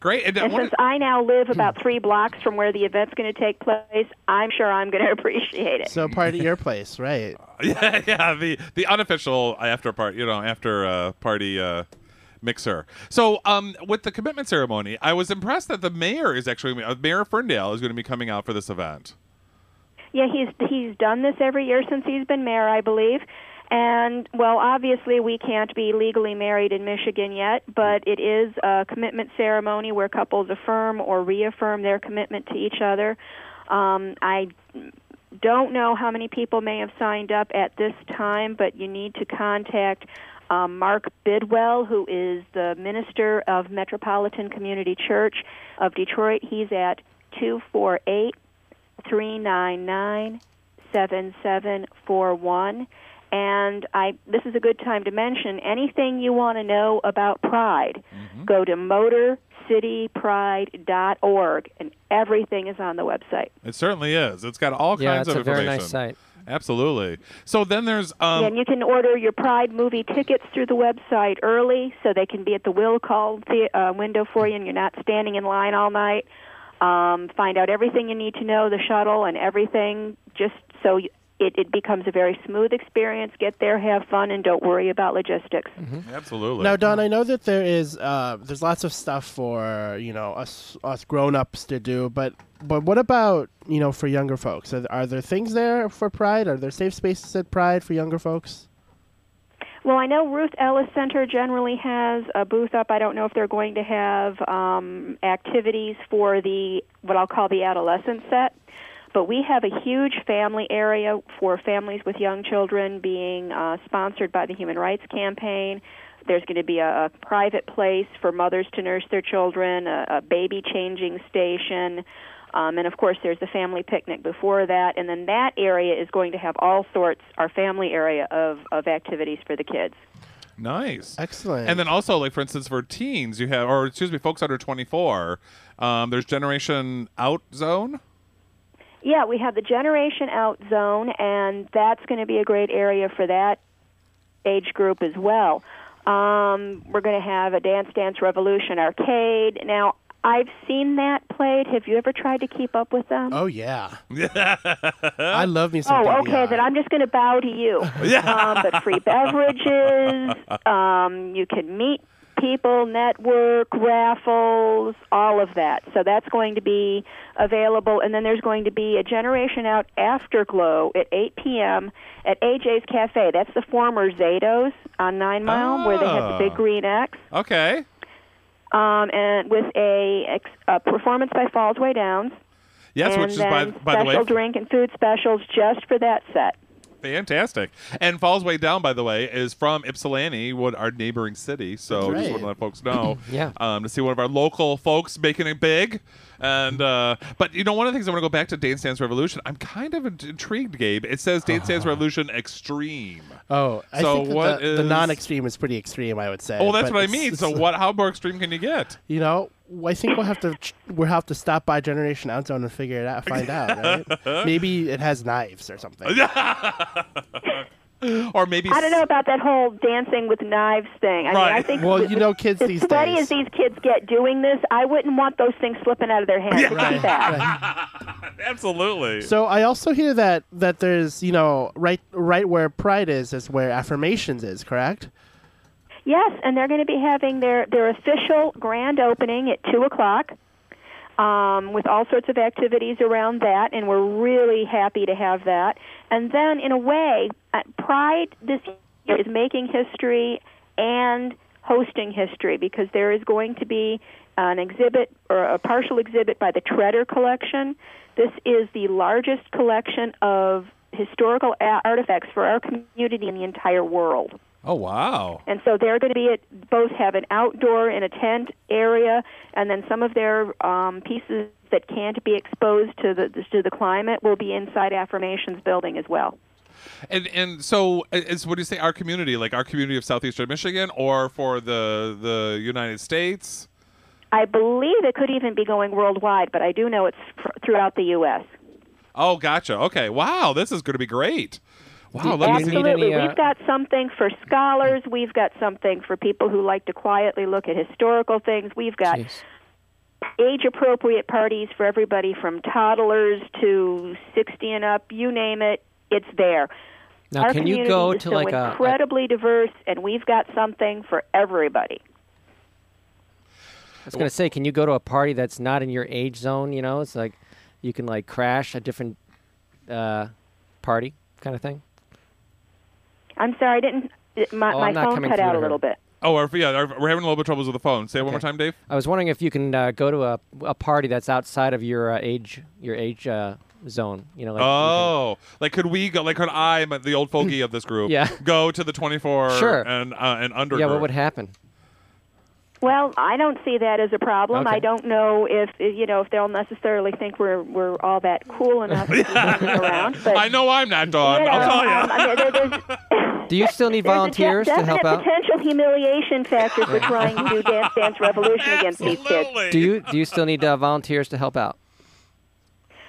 [SPEAKER 1] Great. And,
[SPEAKER 5] And
[SPEAKER 1] what-
[SPEAKER 5] since I now live about three blocks from where the event's going to take place, I'm sure I'm going to appreciate it.
[SPEAKER 2] So party at your place, right?
[SPEAKER 1] yeah, yeah, the the unofficial after part, you know, after uh, party uh, mixer. So, um, with the commitment ceremony, I was impressed that the mayor is actually uh, Mayor Ferndale is going to be coming out for this event.
[SPEAKER 5] Yeah, he's he's done this every year since he's been mayor, I believe. And well, obviously we can't be legally married in Michigan yet, but it is a commitment ceremony where couples affirm or reaffirm their commitment to each other. Um, I don't know how many people may have signed up at this time, but you need to contact um, Mark Bidwell, who is the minister of Metropolitan Community Church of Detroit. He's at two four eight three nine nine seven seven four one. And I, this is a good time to mention anything you want to know about Pride. Go to motorcitypride.org, and everything is on the website.
[SPEAKER 1] It certainly is. It's got all
[SPEAKER 4] Yeah,
[SPEAKER 1] kinds
[SPEAKER 4] it's
[SPEAKER 1] of
[SPEAKER 4] a very
[SPEAKER 1] information.
[SPEAKER 4] nice site.
[SPEAKER 1] Absolutely. So then there's um,
[SPEAKER 5] and you can order your Pride movie tickets through the website early, so they can be at the will call the, uh, window for you, and you're not standing in line all night. Um, find out everything you need to know, the shuttle and everything, just so you, it, it becomes a very smooth experience. Get there, have fun, and don't worry about logistics.
[SPEAKER 1] Mm-hmm. absolutely.
[SPEAKER 2] Now, Don, I know that there is uh, there's lots of stuff for you know us us grown ups to do, but but what about you know for younger folks? Are, are there things there for Pride? Are there safe spaces at Pride for younger folks?
[SPEAKER 5] Well, I know Ruth Ellis Center generally has a booth up. I don't know if they're going to have um, activities for the what I'll call the adolescent set. But we have a huge family area for families with young children being uh, sponsored by the Human Rights Campaign. There's going to be a, a private place for mothers to nurse their children, a, a baby changing station, um, and of course there's the family picnic before that. And then that area is going to have all sorts, our family area of, of activities for the kids.
[SPEAKER 1] Nice.
[SPEAKER 2] Excellent.
[SPEAKER 1] And then also, like for instance, for teens, you have, or excuse me, folks under 24, um, there's Generation Out Zone.
[SPEAKER 5] Yeah, we have the Generation Out Zone, and that's going to be a great area for that age group as well. Um, we're going to have a Dance Dance Revolution arcade. Now, I've seen that played. Have you ever tried to keep up with them?
[SPEAKER 2] Oh yeah. I love me some.
[SPEAKER 5] Oh,
[SPEAKER 2] DDI.
[SPEAKER 5] okay. Then I'm just going to bow to you. um, but free beverages. Um, you can meet people, network, raffles, all of that. So that's going to be available. And then there's going to be a Generation Out Afterglow at 8 p.m. at AJ's Cafe. That's the former Zados on Nine Mile, where they have the big
[SPEAKER 1] Ah.
[SPEAKER 5] green X
[SPEAKER 1] Okay.
[SPEAKER 5] um, and with a, ex- a performance by Falls Way Downs.
[SPEAKER 1] Yes,
[SPEAKER 5] and
[SPEAKER 1] which is
[SPEAKER 5] then
[SPEAKER 1] by, by the
[SPEAKER 5] special
[SPEAKER 1] way,
[SPEAKER 5] drink and food specials just for that set.
[SPEAKER 1] fantastic. And Falls Way Down, by the way, is from Ypsilanti, what our neighboring city. So
[SPEAKER 2] That's
[SPEAKER 1] just
[SPEAKER 2] right.
[SPEAKER 1] want to let folks know.
[SPEAKER 4] Yeah.
[SPEAKER 1] Um, to see one of our local folks making it big. And uh, but you know, one of the things I want to go back to Dance Dance Revolution. I'm kind of int- intrigued, Gabe. It says Dance
[SPEAKER 2] Uh-huh.
[SPEAKER 1] Dance Revolution Extreme.
[SPEAKER 2] Oh, I
[SPEAKER 1] So
[SPEAKER 2] think that
[SPEAKER 1] what
[SPEAKER 2] the, the
[SPEAKER 1] is-
[SPEAKER 2] non-extreme is pretty extreme. I would say.
[SPEAKER 1] Oh, that's
[SPEAKER 2] but
[SPEAKER 1] what I
[SPEAKER 2] it's-
[SPEAKER 1] mean.
[SPEAKER 2] it's-
[SPEAKER 1] So what? How more extreme can you get?
[SPEAKER 2] You know, I think we'll have to ch- we'll have to stop by Generation Out Zone and figure it out, find out. Right? Maybe it has knives or something.
[SPEAKER 1] Or maybe
[SPEAKER 5] I don't know about that whole dancing with knives thing. I mean, I
[SPEAKER 1] Right.
[SPEAKER 5] think
[SPEAKER 2] Well,
[SPEAKER 5] with-
[SPEAKER 2] you know, kids
[SPEAKER 5] as
[SPEAKER 2] these
[SPEAKER 5] sweaty
[SPEAKER 2] days.
[SPEAKER 5] as these kids get doing this, I wouldn't want those things slipping out of their hands. Look at that.
[SPEAKER 1] Absolutely.
[SPEAKER 2] So I also hear that that there's you know right right where pride is is where affirmations is correct.
[SPEAKER 5] Yes, and they're going to be having their their official grand opening at two o'clock. Um, with all sorts of activities around that, and we're really happy to have that. And then, in a way, uh, Pride this year is making history and hosting history because there is going to be an exhibit or a partial exhibit by the Treader Collection. This is the largest collection of historical a- artifacts for our community and the entire world.
[SPEAKER 1] oh wow.
[SPEAKER 5] And so they're going to be at both have an outdoor and a tent area, and then some of their um, pieces that can't be exposed to the to the climate will be inside Affirmations building as well.
[SPEAKER 1] And and so it's what do you say? Our community, like our community of southeastern Michigan, or for the the United States.
[SPEAKER 5] I believe it could even be going worldwide, but I do know it's fr- throughout the U.S.
[SPEAKER 1] Oh, gotcha. Okay. Wow, this is going to be great. Wow,
[SPEAKER 4] Do-
[SPEAKER 1] let me
[SPEAKER 4] do you
[SPEAKER 1] see.
[SPEAKER 4] need any,
[SPEAKER 5] Absolutely,
[SPEAKER 4] uh,
[SPEAKER 5] we've got something for scholars. We've got something for people who like to quietly look at historical things. We've got
[SPEAKER 4] Jeez.
[SPEAKER 5] age appropriate parties for everybody from toddlers to 60 and up, you name it, it's there.
[SPEAKER 4] Now,
[SPEAKER 5] Our
[SPEAKER 4] can you
[SPEAKER 5] community
[SPEAKER 4] go
[SPEAKER 5] is
[SPEAKER 4] to
[SPEAKER 5] so
[SPEAKER 4] like a-
[SPEAKER 5] incredibly diverse, and we've got something for everybody.
[SPEAKER 4] I was gonna say, can you go to a party that's not in your age zone? You know, it's like you can like crash a different uh, party kind of thing.
[SPEAKER 5] I'm sorry, I didn't. it- My,
[SPEAKER 4] Oh,
[SPEAKER 5] my
[SPEAKER 4] I'm not
[SPEAKER 5] phone
[SPEAKER 4] coming
[SPEAKER 5] cut
[SPEAKER 4] through
[SPEAKER 5] out
[SPEAKER 4] to
[SPEAKER 5] a
[SPEAKER 4] her.
[SPEAKER 5] little bit.
[SPEAKER 1] Oh, our, yeah, our, we're having a little bit of troubles with the phone. Say it one more
[SPEAKER 4] Okay.
[SPEAKER 1] time, Dave.
[SPEAKER 4] I was wondering if you can uh, go to a, a party that's outside of your uh, age your age uh, zone. You know, like you can-
[SPEAKER 1] Oh, like could we go? Like could I, but the old fogey of this group,
[SPEAKER 4] Yeah.
[SPEAKER 1] go to the twenty-four
[SPEAKER 4] Sure.
[SPEAKER 1] and uh, and under?
[SPEAKER 4] yeah.
[SPEAKER 1] group?
[SPEAKER 4] What would happen?
[SPEAKER 5] Well, I don't see that as a problem.
[SPEAKER 4] Okay.
[SPEAKER 5] I don't know if you know if they'll necessarily think we're we're all that cool enough to be hanging around. But
[SPEAKER 1] I know I'm not Dawn.
[SPEAKER 5] you know,
[SPEAKER 1] I'll tell you.
[SPEAKER 5] um, I mean, there- there's,
[SPEAKER 4] Do you still need volunteers
[SPEAKER 5] There's a
[SPEAKER 4] to
[SPEAKER 5] de-
[SPEAKER 4] help
[SPEAKER 5] definite
[SPEAKER 4] out?
[SPEAKER 5] potential humiliation factor for trying to do Dance Dance Revolution against these kids.
[SPEAKER 1] Absolutely.
[SPEAKER 4] Do you do you still need uh, volunteers to help out?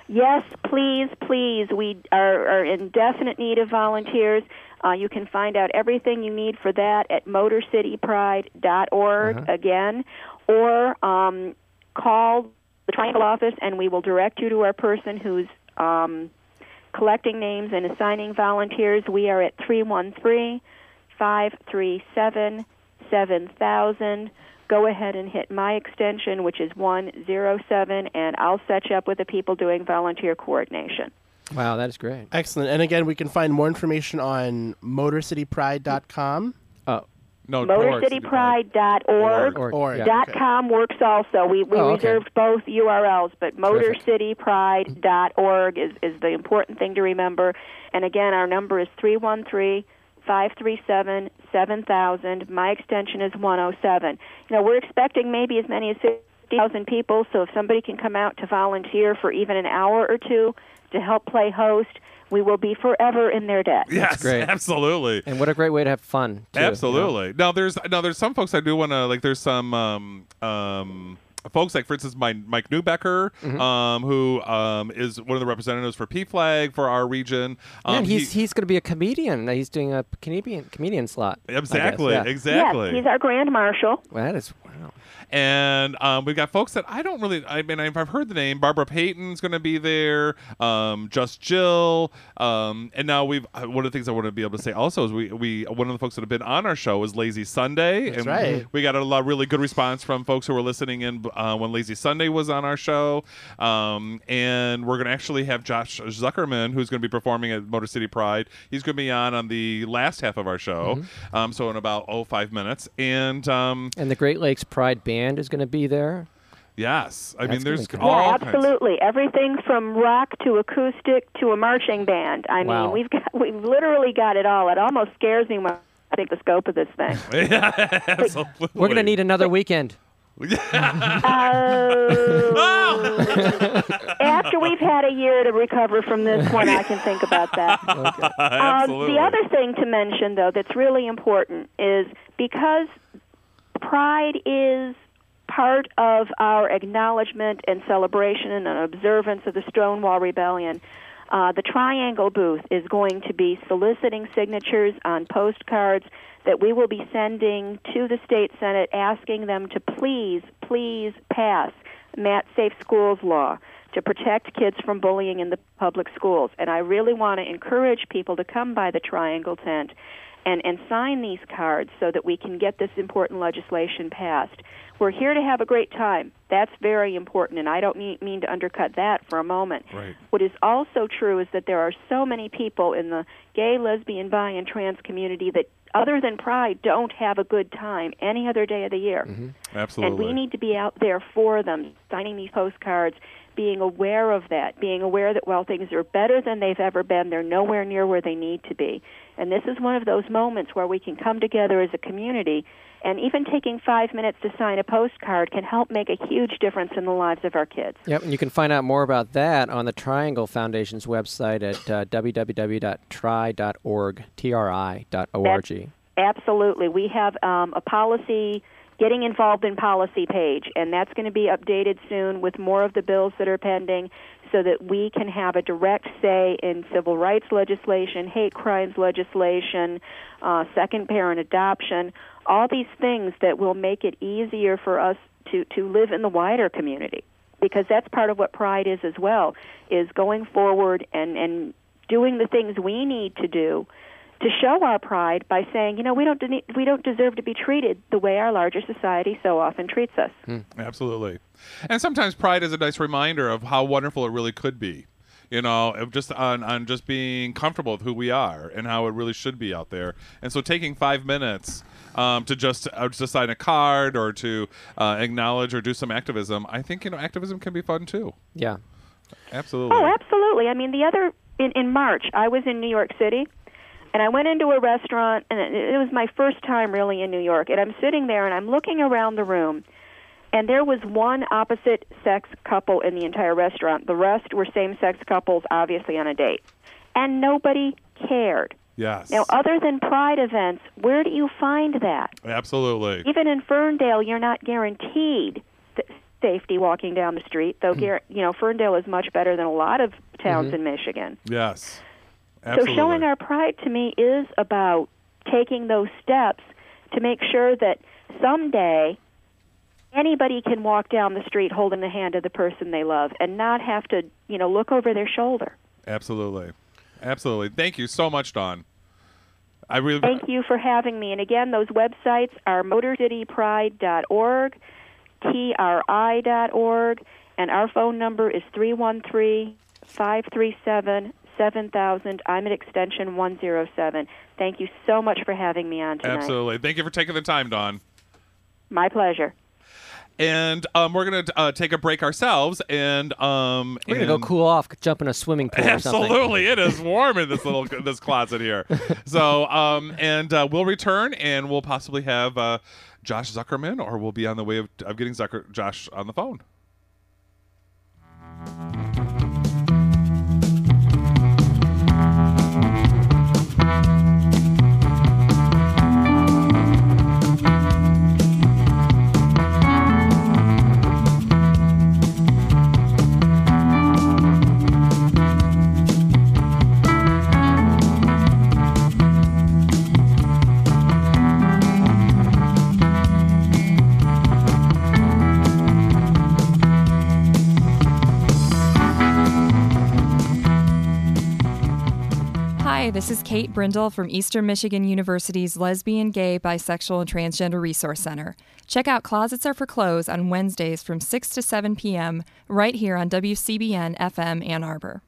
[SPEAKER 5] Yes, please, please. We are, are in definite need of volunteers. Uh, you can find out everything you need for that at motorcitypride.org again, or um, call the Triangle office and we will direct you to our person who's um, collecting names and assigning volunteers. We are at 313 537 7000. Go ahead and hit my extension, which is 107, and I'll set you up with the people doing volunteer coordination.
[SPEAKER 4] Wow, that is great.
[SPEAKER 2] Excellent. And again, we can find more information on motorcitypride.com.
[SPEAKER 1] No, Motor City Pride.
[SPEAKER 5] MotorCityPride.org.
[SPEAKER 4] Org,
[SPEAKER 2] Org,
[SPEAKER 4] yeah.
[SPEAKER 2] yeah.
[SPEAKER 5] Dot com works also. We, we
[SPEAKER 4] Oh, okay.
[SPEAKER 5] reserved both URLs, but
[SPEAKER 4] Terrific. Mm-hmm.
[SPEAKER 5] MotorCityPride.org is, is the important thing to remember. And again, our number is 313 537 7000. My extension is 107. You know, we're expecting maybe as many as 50,000 people, so if somebody can come out to volunteer for even an hour or two to help play host, we will be forever in their debt.
[SPEAKER 1] Yes,
[SPEAKER 4] great.
[SPEAKER 1] absolutely.
[SPEAKER 4] And what a great way to have fun. Too, you know?
[SPEAKER 1] Absolutely. Now there's now there's some folks I do want to like. There's some um um folks like for instance my Mike Newbecker,
[SPEAKER 4] Mm-hmm.
[SPEAKER 1] um who um is one of the representatives for P Flag for our region. Um,
[SPEAKER 4] Yeah, and he's
[SPEAKER 1] he-
[SPEAKER 4] he's going to be a comedian. He's doing a comedian comedian slot. I guess,
[SPEAKER 1] exactly
[SPEAKER 4] yeah.
[SPEAKER 1] exactly.
[SPEAKER 5] Yes, he's our grand marshal.
[SPEAKER 4] Well, that is wow.
[SPEAKER 1] and um, we've got folks that I don't really. I mean, I've, I've heard the name. Barbara Payton's going to be there. Um, Just Jill. Um, and now we've uh, one of the things I want to be able to say also is we we one of the folks that have been on our show is Lazy Sunday. That's and
[SPEAKER 2] right.
[SPEAKER 1] We got a lot really good response from folks who were listening in uh, when Lazy Sunday was on our show. Um, and we're going to actually have Josh Zuckerman, who's going to be performing at Motor City Pride. He's going to be on on the last half of our show. Um, so in about oh five minutes and. Um,
[SPEAKER 4] And the Great Lakes Pride Band is going to be there.
[SPEAKER 1] Yes, I mean
[SPEAKER 4] That's
[SPEAKER 1] there's
[SPEAKER 4] gonna be
[SPEAKER 1] all
[SPEAKER 5] yeah,
[SPEAKER 1] kinds.
[SPEAKER 5] absolutely. Everything from rock to acoustic to a marching band. I
[SPEAKER 4] Wow.
[SPEAKER 5] mean, we've got we've literally got it all. It almost scares me when I think the scope of this thing.
[SPEAKER 1] Yeah, absolutely.
[SPEAKER 4] We're going to need another weekend.
[SPEAKER 5] Oh. After we've had a year to recover from this one, I can think about that. Um,
[SPEAKER 1] Uh, absolutely.
[SPEAKER 5] the other thing to mention, though, that's really important is because pride is part of our acknowledgement and celebration and an observance of the Stonewall Rebellion. Uh, the Triangle booth is going to be soliciting signatures on postcards that we will be sending to the state senate, asking them to please, please pass Matt Safe Schools Law to protect kids from bullying in the public schools. And I really want to encourage people to come by the Triangle tent and, and sign these cards so that we can get this important legislation passed. We're here to have a great time. That's very important, and I don't mean, mean to undercut that for a moment.
[SPEAKER 1] Right.
[SPEAKER 5] What is also true is that there are so many people in the gay, lesbian, bi, and trans community that, other than Pride, don't have a good time any other day of the year.
[SPEAKER 1] absolutely.
[SPEAKER 5] And we need to be out there for them, signing these postcards, being aware of that, being aware that while things are better than they've ever been, they're nowhere near where they need to be. And this is one of those moments where we can come together as a community, and even taking five minutes to sign a postcard can help make a huge difference in the lives of our kids.
[SPEAKER 4] Yep, and you can find out more about that on the Triangle Foundation's website at uh, www.tri.org, T-R-I dot O-R-G.
[SPEAKER 5] Absolutely. We have um, a policy, getting involved in policy page, and that's going to be updated soon with more of the bills that are pending so that we can have a direct say in civil rights legislation, hate crimes legislation, uh, second parent adoption, all these things that will make it easier for us to, to live in the wider community because that's part of what pride is as well is going forward and, and doing the things we need to do to show our pride by saying, you know, we don't de- we don't deserve to be treated the way our larger society so often treats us.
[SPEAKER 1] absolutely. And sometimes pride is a nice reminder of how wonderful it really could be. You know, of just on on just being comfortable with who we are and how it really should be out there. And so taking five minutes. Um, to just uh, to sign a card or to uh, acknowledge or do some activism, I think you know activism can be fun too.
[SPEAKER 4] Yeah.
[SPEAKER 1] Absolutely.
[SPEAKER 5] Oh, absolutely. I mean, the other in in March, I was in New York City, and I went into a restaurant, and it it was my first time really in New York. And I'm sitting there, and I'm looking around the room, and there was one opposite sex couple in the entire restaurant. The rest were same sex couples, obviously on a date, and nobody cared.
[SPEAKER 1] Yes.
[SPEAKER 5] Now, uh- other than pride events, where do you find that?
[SPEAKER 1] absolutely.
[SPEAKER 5] even in Ferndale, you're not guaranteed th- safety walking down the street. Though, gar- you know, Ferndale is much better than a lot of towns in Michigan.
[SPEAKER 1] Yes. Absolutely.
[SPEAKER 5] So, showing our pride to me is about taking those steps to make sure that someday anybody can walk down the street holding the hand of the person they love and not have to, you know, look over their shoulder.
[SPEAKER 1] Absolutely. Absolutely. Thank you so much, Don. I really
[SPEAKER 5] Thank you for having me. And again, those websites are motorcitypride.org, TRI.org, and our phone number is 313 537 7000. I'm at extension 107. Thank you so much for having me on tonight.
[SPEAKER 1] Absolutely. Thank you for taking the time, Don.
[SPEAKER 5] My pleasure.
[SPEAKER 1] And um, we're gonna uh, take a break ourselves, and um,
[SPEAKER 4] We're gonna go
[SPEAKER 1] and-
[SPEAKER 4] cool off, jump in a swimming pool or something.
[SPEAKER 1] Absolutely, it is warm in this little this closet here. So, um, and uh, we'll return, and we'll possibly have uh, Josh Zuckerman, or we'll be on the way of, of getting Zucker Josh on the phone.
[SPEAKER 6] Hi, this is Kate Brindle from Eastern Michigan University's Lesbian, Gay, Bisexual, and Transgender Resource Center. Check out Closets Are for Clothes on Wednesdays from 6 to 7 p.m. right here on WCBN FM Ann Arbor.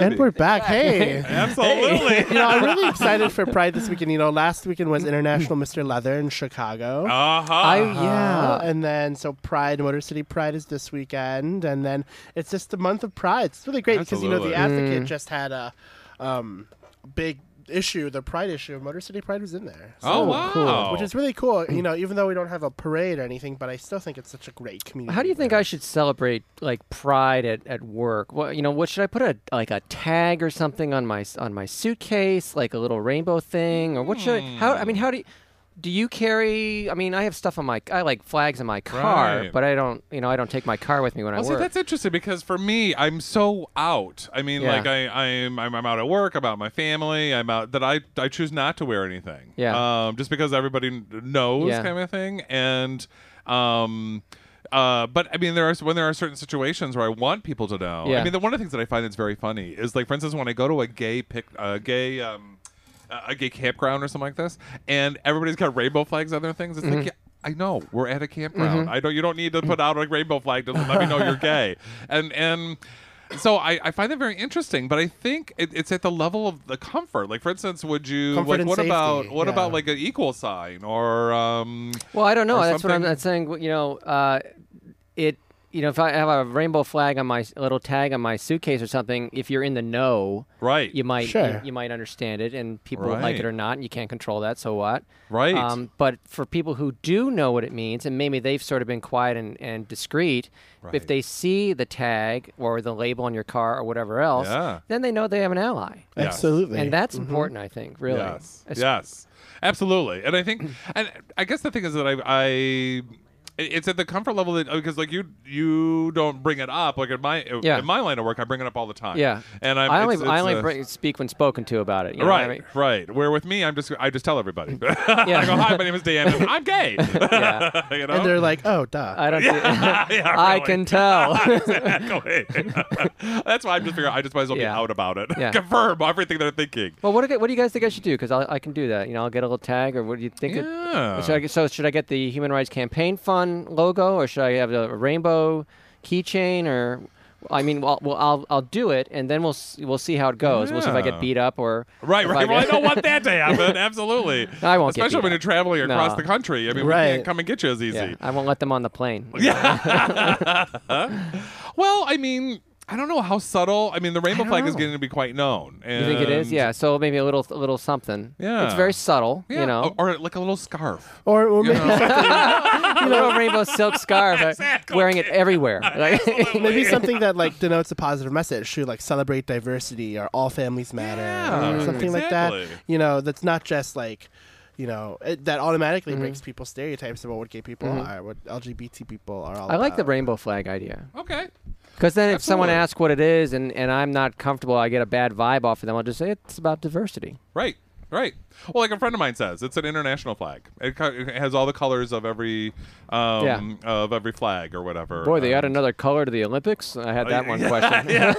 [SPEAKER 2] And we're back. Hey.
[SPEAKER 1] Absolutely.
[SPEAKER 2] You know, I'm really excited for Pride this weekend. You know, last weekend was International Mr. Leather in Chicago.
[SPEAKER 1] Uh huh.
[SPEAKER 4] I Oh, yeah.
[SPEAKER 2] Uh, and then so Pride, Motor City Pride is this weekend, and then it's just the month of Pride. It's really great because you know the
[SPEAKER 1] Absolutely.
[SPEAKER 4] Mm.
[SPEAKER 2] Advocate just had a um, big issue, the Pride issue. of Motor City Pride was in there. So-
[SPEAKER 1] Oh wow.
[SPEAKER 2] Which is really cool, you know. Even though we don't have a parade or anything, but I still think it's such a great community.
[SPEAKER 4] How do you think I should celebrate like pride at, at work? What you know, what should I put a like a tag or something on my on my suitcase, like a little rainbow thing, or what should I, how I mean how do you do you carry? I mean, I have stuff on my I like flags in my car,
[SPEAKER 1] Right.
[SPEAKER 4] but I don't you know I don't take my car with me when
[SPEAKER 1] Well,
[SPEAKER 4] I
[SPEAKER 1] see,
[SPEAKER 4] work.
[SPEAKER 1] that's interesting because for me, I'm so out. I mean,
[SPEAKER 4] Yeah.
[SPEAKER 1] like I, I'm, I'm, I'm out at work, I'm out with my family, I'm out that I, I choose not to wear anything.
[SPEAKER 4] Yeah.
[SPEAKER 1] Um, just because everybody kn- knows,
[SPEAKER 4] Yeah.
[SPEAKER 1] kind of thing, and, um. Uh, but I mean, there are when there are certain situations where I want people to know. I
[SPEAKER 4] Yeah.
[SPEAKER 1] mean, the one of the things that I find that's very funny is like, for instance, when I go to a gay pic, a gay, um, a a gay campground or something like this, and everybody's got rainbow flags on their things. It's like, yeah, I know we're at a campground. I don't. You don't need to put out a rainbow flag to let me know you're gay. And and so I, I find that very interesting. But I think it, it's at the level of the comfort. Like for instance, would you
[SPEAKER 2] Comfort
[SPEAKER 1] like
[SPEAKER 2] and
[SPEAKER 1] what about
[SPEAKER 2] safety,
[SPEAKER 1] what
[SPEAKER 2] yeah.
[SPEAKER 1] about like an equal sign or um
[SPEAKER 4] Well, I don't know.
[SPEAKER 1] or
[SPEAKER 4] That's what I'm
[SPEAKER 1] something.
[SPEAKER 4] that's saying. You know, uh, it. You know, if I have a rainbow flag on my a little tag on my suitcase or something, if you're in the know,
[SPEAKER 1] right?
[SPEAKER 4] you might
[SPEAKER 2] Sure.
[SPEAKER 4] you, you might understand it, and people would like it
[SPEAKER 1] Right.
[SPEAKER 4] or not, and you can't control that. So what? Um,
[SPEAKER 1] Right.
[SPEAKER 4] but for people who do know what it means, and maybe they've sort of been quiet and, and discreet, if
[SPEAKER 1] Right.
[SPEAKER 4] they see the tag or the label on your car or whatever else,
[SPEAKER 1] Yeah.
[SPEAKER 4] then they know they have an ally,
[SPEAKER 1] Yes.
[SPEAKER 2] Absolutely.
[SPEAKER 4] and that's important. I think really.
[SPEAKER 1] Yes.
[SPEAKER 4] Es-
[SPEAKER 1] Yes. Absolutely. And I think, and I guess the thing is that I, I it's at the comfort level that because like you, you don't bring it up. Like in my,
[SPEAKER 4] Yeah.
[SPEAKER 1] in my line of work, I bring it up all the time.
[SPEAKER 4] Yeah.
[SPEAKER 1] And I'm,
[SPEAKER 4] I only
[SPEAKER 1] it's-
[SPEAKER 4] I
[SPEAKER 1] it's
[SPEAKER 4] only
[SPEAKER 1] a-
[SPEAKER 4] br- speak when spoken to about it. you know what I
[SPEAKER 1] Right,
[SPEAKER 4] mean?
[SPEAKER 1] right. Where with me, I'm just I just tell everybody. I go, hi, my name is Dan. and I'm gay.
[SPEAKER 4] Yeah.
[SPEAKER 1] you know?
[SPEAKER 2] And they're like, "Oh, duh."
[SPEAKER 4] I don't. see-
[SPEAKER 1] Yeah,
[SPEAKER 4] I
[SPEAKER 1] really.
[SPEAKER 4] can tell.
[SPEAKER 1] exactly. That's why I'm just figuring I just might as well
[SPEAKER 4] Yeah.
[SPEAKER 1] be out about it.
[SPEAKER 4] Yeah.
[SPEAKER 1] Confirm everything they're thinking.
[SPEAKER 4] well, what do, you- what do you guys think I should do? Because I can do that. You know, I'll get a little tag, or what do you think? it-
[SPEAKER 1] Yeah.
[SPEAKER 4] should I get- so should I get the Human Rights Campaign Fund logo, or should I have a rainbow keychain, or I mean, well, well I'll I'll do it, and then we'll s- we'll see how it goes. We'll see if I
[SPEAKER 1] Yeah.
[SPEAKER 4] get beat up or
[SPEAKER 1] Right,
[SPEAKER 4] if
[SPEAKER 1] right. Well, I
[SPEAKER 4] get-
[SPEAKER 1] don't want that to happen. Absolutely.
[SPEAKER 4] I won't get
[SPEAKER 1] Especially
[SPEAKER 4] beat
[SPEAKER 1] when
[SPEAKER 4] up.
[SPEAKER 1] you're traveling across
[SPEAKER 4] No.
[SPEAKER 1] the country. I mean, we
[SPEAKER 2] Right.
[SPEAKER 1] can't come and get you as easy.
[SPEAKER 4] yeah, I won't let them on the plane.
[SPEAKER 1] Well, I mean, I don't know how subtle. I mean, the rainbow
[SPEAKER 4] don't
[SPEAKER 1] flag is
[SPEAKER 4] know.
[SPEAKER 1] getting to be quite known.
[SPEAKER 4] You think it is?
[SPEAKER 1] and-
[SPEAKER 4] Yeah. So maybe a little a little something. It's
[SPEAKER 1] Yeah.
[SPEAKER 4] very subtle.
[SPEAKER 1] Yeah, Oh,
[SPEAKER 4] You know,
[SPEAKER 1] or, or like a little scarf.
[SPEAKER 2] or or maybe
[SPEAKER 4] a little rainbow silk scarf, uh,
[SPEAKER 1] Exactly.
[SPEAKER 4] wearing it everywhere. Like-
[SPEAKER 2] Maybe something that like denotes a positive message should like celebrate diversity or all families matter
[SPEAKER 1] Yeah,
[SPEAKER 2] or something like that.
[SPEAKER 1] exactly.
[SPEAKER 2] You know, that's not just like you know it, that automatically
[SPEAKER 4] Mm-hmm.
[SPEAKER 2] breaks people's stereotypes about what gay people are, what LGBT people are. All
[SPEAKER 4] I like the
[SPEAKER 2] about.
[SPEAKER 4] rainbow flag idea.
[SPEAKER 1] Okay.
[SPEAKER 4] Because then, if someone
[SPEAKER 1] Absolutely.
[SPEAKER 4] asks what it is and, and I'm not comfortable, I get a bad vibe off of them. I'll just say it's about diversity.
[SPEAKER 1] Right. Right. Well, like a friend of mine says, it's an international flag. It, co- it has all the colors of every um,
[SPEAKER 4] Yeah.
[SPEAKER 1] of every flag or whatever.
[SPEAKER 4] Boy, they
[SPEAKER 1] Um,
[SPEAKER 4] add another color to the Olympics. I had that one
[SPEAKER 1] Oh, yeah,
[SPEAKER 4] question.
[SPEAKER 1] yeah,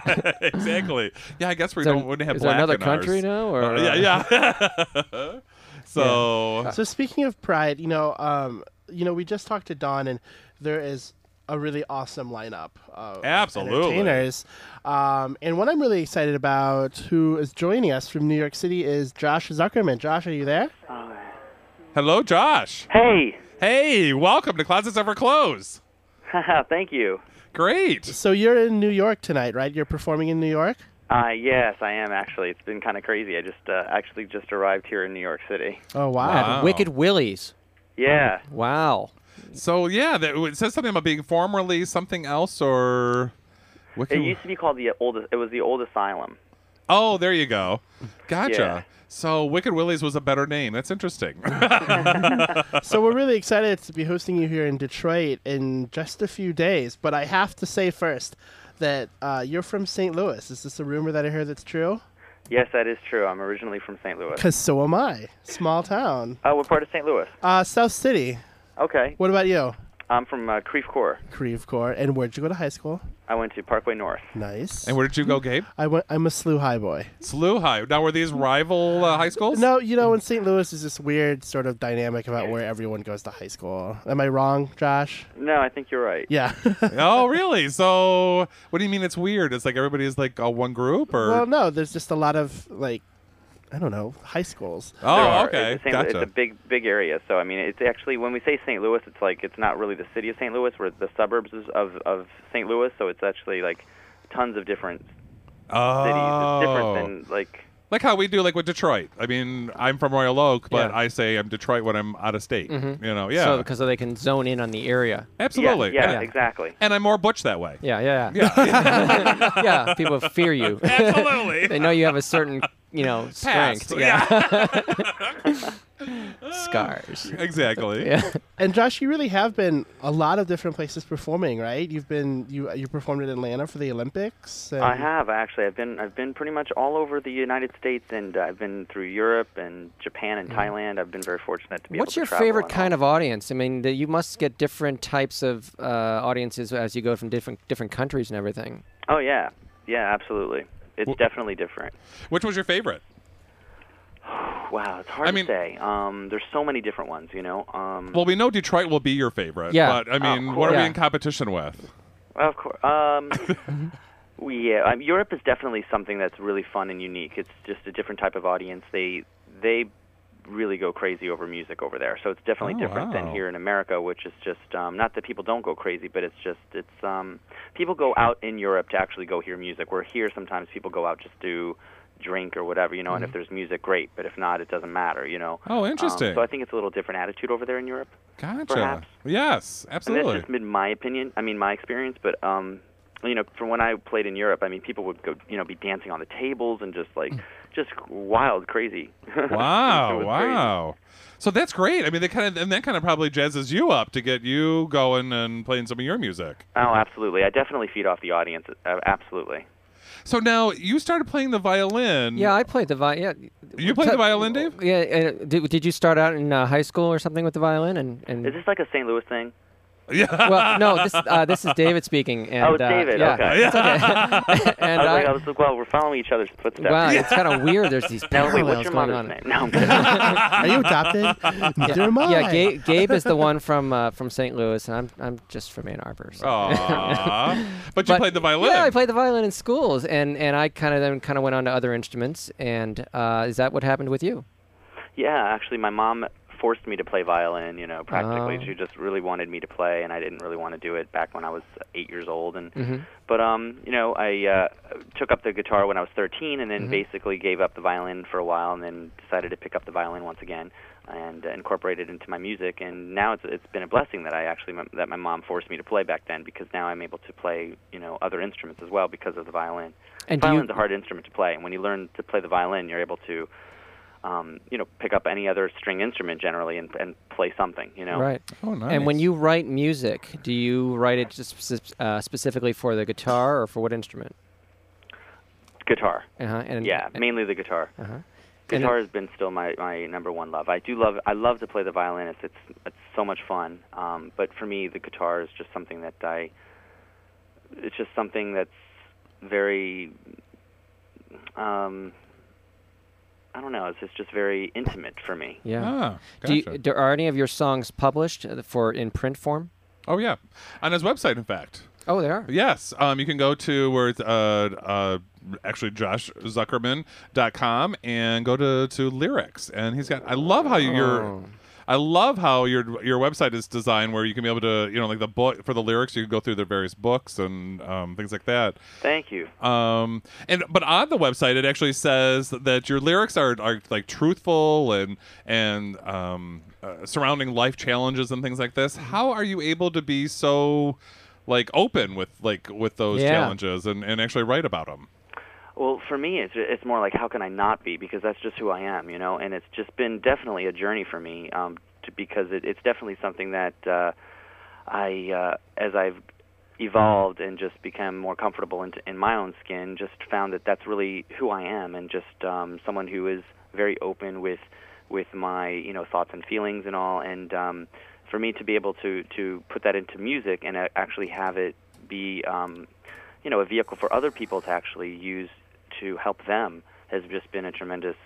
[SPEAKER 1] yeah, exactly. Yeah, I guess we
[SPEAKER 4] Is there-
[SPEAKER 1] don't wouldn't have
[SPEAKER 4] is there
[SPEAKER 1] black
[SPEAKER 4] another
[SPEAKER 1] in ours.
[SPEAKER 4] country now, or-
[SPEAKER 1] Uh, yeah, yeah. so
[SPEAKER 2] So speaking of pride, you know, um, you know, we just talked to Don, and there is a really awesome lineup of
[SPEAKER 1] Absolutely.
[SPEAKER 2] entertainers. Um, and what I'm really excited about, who is joining us from New York City, is Josh Zuckerman. Josh, are you there?
[SPEAKER 1] Hello, Josh.
[SPEAKER 7] Hey,
[SPEAKER 1] Hey, welcome to Closets Ever Close.
[SPEAKER 7] haha, thank you.
[SPEAKER 1] Great.
[SPEAKER 2] So you're in New York tonight, right? You're performing in New York.
[SPEAKER 7] Uh, yes, I am actually. It's been kind of crazy. I just uh, actually just arrived here in New York City.
[SPEAKER 2] Oh wow!
[SPEAKER 1] Wow.
[SPEAKER 4] At uh, Wicked Willie's.
[SPEAKER 7] Yeah,
[SPEAKER 4] Wow.
[SPEAKER 1] So yeah, that, it says something about being formerly something else or. Wicked-
[SPEAKER 7] it used to be called the old. It was the old asylum.
[SPEAKER 1] Oh, there you go. Gotcha.
[SPEAKER 7] Yeah.
[SPEAKER 1] So Wicked Willie's was a better name. That's interesting.
[SPEAKER 2] So we're really excited to be hosting you here in Detroit in just a few days. But I have to say first that uh, you're from St. Louis. Is this a rumor that I heard that's true?
[SPEAKER 7] Yes, that is true. I'm originally from St. Louis.
[SPEAKER 2] Because so am I. Small town.
[SPEAKER 7] Oh, what part of St. Louis?
[SPEAKER 2] Uh, South City.
[SPEAKER 7] Okay,
[SPEAKER 2] What about you?
[SPEAKER 7] I'm from uh, Creve Coeur.
[SPEAKER 2] Creve Coeur. And where'd you go to high school?
[SPEAKER 7] I went to Parkway North.
[SPEAKER 2] Nice.
[SPEAKER 1] and where did you go, Gabe?
[SPEAKER 2] I went, I'm a SLU high boy.
[SPEAKER 1] SLU High. Now were these rival uh, high schools?
[SPEAKER 2] No, you know, in St. Louis, there's this weird sort of dynamic about where everyone goes to high school. Am I wrong, Josh?
[SPEAKER 7] No, I think you're right.
[SPEAKER 2] Yeah.
[SPEAKER 1] Oh, really? So what do you mean it's weird? It's like everybody's like all one group or.
[SPEAKER 2] well, no, there's just a lot of, like, I don't know, high schools.
[SPEAKER 7] There
[SPEAKER 1] oh,
[SPEAKER 7] are.
[SPEAKER 1] okay.
[SPEAKER 7] It's, the same,
[SPEAKER 1] gotcha.
[SPEAKER 7] it's a big, big area. So I mean, it's actually when we say St. Louis, it's like it's not really the city of St. Louis. We're the suburbs of of St. Louis. So it's actually like tons of different cities.
[SPEAKER 1] oh.
[SPEAKER 7] It's different than like
[SPEAKER 1] like how we do like with Detroit. I mean, I'm from Royal Oak, but
[SPEAKER 2] Yeah.
[SPEAKER 1] I say I'm Detroit when I'm out of state. You know, yeah.
[SPEAKER 4] Mm-hmm. So because so they can zone in on the area.
[SPEAKER 1] Absolutely.
[SPEAKER 7] Yeah, yeah,
[SPEAKER 1] And,
[SPEAKER 7] exactly.
[SPEAKER 1] and I'm more butch that way.
[SPEAKER 4] Yeah, yeah, yeah.
[SPEAKER 1] Yeah.
[SPEAKER 4] Yeah, people fear you.
[SPEAKER 1] Absolutely.
[SPEAKER 4] they know you have a certain, you know,
[SPEAKER 1] Past.
[SPEAKER 4] strength. Yeah. Scars.
[SPEAKER 1] exactly.
[SPEAKER 4] Yeah.
[SPEAKER 2] And Josh, you really have been a lot of different places performing, right? You've been you you performed in Atlanta for the Olympics. And
[SPEAKER 7] I have actually. I've been I've been pretty much all over the United States, and I've been through Europe and Japan and Thailand. I've been very fortunate to be.
[SPEAKER 4] Mm-hmm. What's
[SPEAKER 7] able
[SPEAKER 4] your
[SPEAKER 7] to travel
[SPEAKER 4] favorite
[SPEAKER 7] and
[SPEAKER 4] kind
[SPEAKER 7] all.
[SPEAKER 4] of audience? I mean, that you must get different types of uh, audiences as you go from different different countries and everything.
[SPEAKER 7] Oh yeah, yeah, absolutely. It's definitely different.
[SPEAKER 1] Which was your favorite?
[SPEAKER 7] Wow, it's hard
[SPEAKER 1] I mean-
[SPEAKER 7] to say. Um, there's so many different ones, you know. Um,
[SPEAKER 1] Well, we know Detroit will be your favorite.
[SPEAKER 4] Yeah.
[SPEAKER 1] But I mean,
[SPEAKER 7] cool.
[SPEAKER 1] what are we
[SPEAKER 4] Yeah.
[SPEAKER 1] in competition with?
[SPEAKER 7] Well, Of course. Um,
[SPEAKER 1] Mm-hmm.
[SPEAKER 7] yeah, um, Europe is definitely something that's really fun and unique. It's just a different type of audience. They they really go crazy over music over there. So it's definitely
[SPEAKER 1] Oh,
[SPEAKER 7] different
[SPEAKER 1] wow.
[SPEAKER 7] than here in America, which is just um, not that people don't go crazy, but it's just it's um, people go out in Europe to actually go hear music. Where here sometimes people go out just to drink or whatever, you know. And if there's music, great. But if not, it doesn't matter, you know.
[SPEAKER 1] Mm-hmm. Oh, interesting.
[SPEAKER 7] Um, so I think it's a little different attitude over there in Europe.
[SPEAKER 1] Gotcha.
[SPEAKER 7] Perhaps.
[SPEAKER 1] Yes,
[SPEAKER 7] And that's
[SPEAKER 1] absolutely.
[SPEAKER 7] just been my opinion. I mean, my experience. But um, you know, from when I played in Europe, I mean, people would go, you know, be dancing on the tables and just like, just wild, crazy. It
[SPEAKER 1] Hmm. Wow,
[SPEAKER 7] was
[SPEAKER 1] wow. So that's great. I mean, they kind of and that kind of probably jazzes you up to get you going and playing some of your music.
[SPEAKER 7] crazy. Oh, absolutely. I definitely feed off the audience. Uh, absolutely.
[SPEAKER 1] So now you started playing the violin.
[SPEAKER 4] Yeah, I played the violin. Yeah.
[SPEAKER 1] You played the violin, Dave?
[SPEAKER 4] Yeah. uh, Did, did you start out in uh, high school or something with the violin? And,
[SPEAKER 1] Hmm.
[SPEAKER 4] and
[SPEAKER 7] Is this like a St. Louis thing?
[SPEAKER 1] Yeah.
[SPEAKER 4] well, no, this uh, this is David speaking. And,
[SPEAKER 7] Oh, it's
[SPEAKER 4] uh,
[SPEAKER 7] David,
[SPEAKER 4] yeah.
[SPEAKER 7] okay.
[SPEAKER 4] and
[SPEAKER 7] I was
[SPEAKER 4] I,
[SPEAKER 7] like, I was like, well, we're following each other's footsteps.
[SPEAKER 4] wow, it's kind of weird. There's these
[SPEAKER 7] Now,
[SPEAKER 4] parallels
[SPEAKER 7] wait, what's your
[SPEAKER 4] going on.
[SPEAKER 7] mother's name? No, I'm kidding.
[SPEAKER 2] Are you adopted? Neither am I.
[SPEAKER 4] Yeah, Gabe, Gabe is the one from uh, from St. Louis, and I'm I'm just from Ann Arbor. so-
[SPEAKER 1] Aw. but you
[SPEAKER 4] But-
[SPEAKER 1] played the violin.
[SPEAKER 4] Yeah, I played the violin in schools, and and I kind of then kind of went on to other instruments. And uh, is that what happened with you?
[SPEAKER 7] yeah, actually, my mom forced me to play violin. You know, practically,
[SPEAKER 4] Oh.
[SPEAKER 7] she just really wanted me to play, and I didn't really want to do it back when I was eight years old. And
[SPEAKER 4] Mm-hmm.
[SPEAKER 7] but um, you know, I uh, took up the guitar when I was thirteen, and
[SPEAKER 4] Mm-hmm.
[SPEAKER 7] then basically gave up the violin for a while, and then decided to pick up the violin once again and uh, incorporate it into my music. And now it's it's been a blessing that I actually that my mom forced me to play back then because now I'm able to play you know other instruments as well because of the violin.
[SPEAKER 4] And do you-
[SPEAKER 7] Violin's a hard instrument to play, and when you learn to play the violin, you're able to um, you know, pick up any other string instrument generally and, and play something, you know.
[SPEAKER 4] Right.
[SPEAKER 1] Oh, nice.
[SPEAKER 4] And when you write music, do you write it just spec- uh, specifically for the guitar or for what instrument?
[SPEAKER 7] Guitar.
[SPEAKER 4] Uh-huh. And Uh-huh.
[SPEAKER 7] Yeah, mainly the guitar.
[SPEAKER 4] And-
[SPEAKER 7] Guitar has been still my, my number one love. I do love I love to play the violin. It's it's, it's so much fun. Um, but for me, the guitar is just something that I. It's just something that's very. Um, I don't know. It's just, just very intimate for me.
[SPEAKER 4] yeah.
[SPEAKER 1] Ah,
[SPEAKER 4] Do, you,
[SPEAKER 1] gotcha.
[SPEAKER 4] do are any of your songs published uh, for in print form?
[SPEAKER 1] Oh yeah, on his website, in fact.
[SPEAKER 4] Oh, they are.
[SPEAKER 1] Yes, um, you can go to where it's uh, uh, actually joshzuckerman.com and go to, to lyrics, and he's got. I love
[SPEAKER 4] Oh.
[SPEAKER 1] how you, your, I love how your your website is designed where you can be able to you know like the book for the lyrics you can go through the various books and um, things like that.
[SPEAKER 7] Thank you.
[SPEAKER 1] Um, and but on the website, it actually says that your lyrics are, are like truthful and and um, uh, surrounding life challenges and things like this. How are you able to be so like open with like with those
[SPEAKER 4] Yeah.
[SPEAKER 1] challenges and, and actually write about them?
[SPEAKER 7] Well, for me, it's it's more like how can I not be because that's just who I am, you know. And it's just been definitely a journey for me, um, to, because it, it's definitely something that uh, I, uh, as I've evolved and just become more comfortable in, in my own skin, just found that that's really who I am, and just um, someone who is very open with with my you know thoughts and feelings and all. And um, for me to be able to to put that into music and uh, actually have it be um, you know a vehicle for other people to actually use to help them has just been a tremendous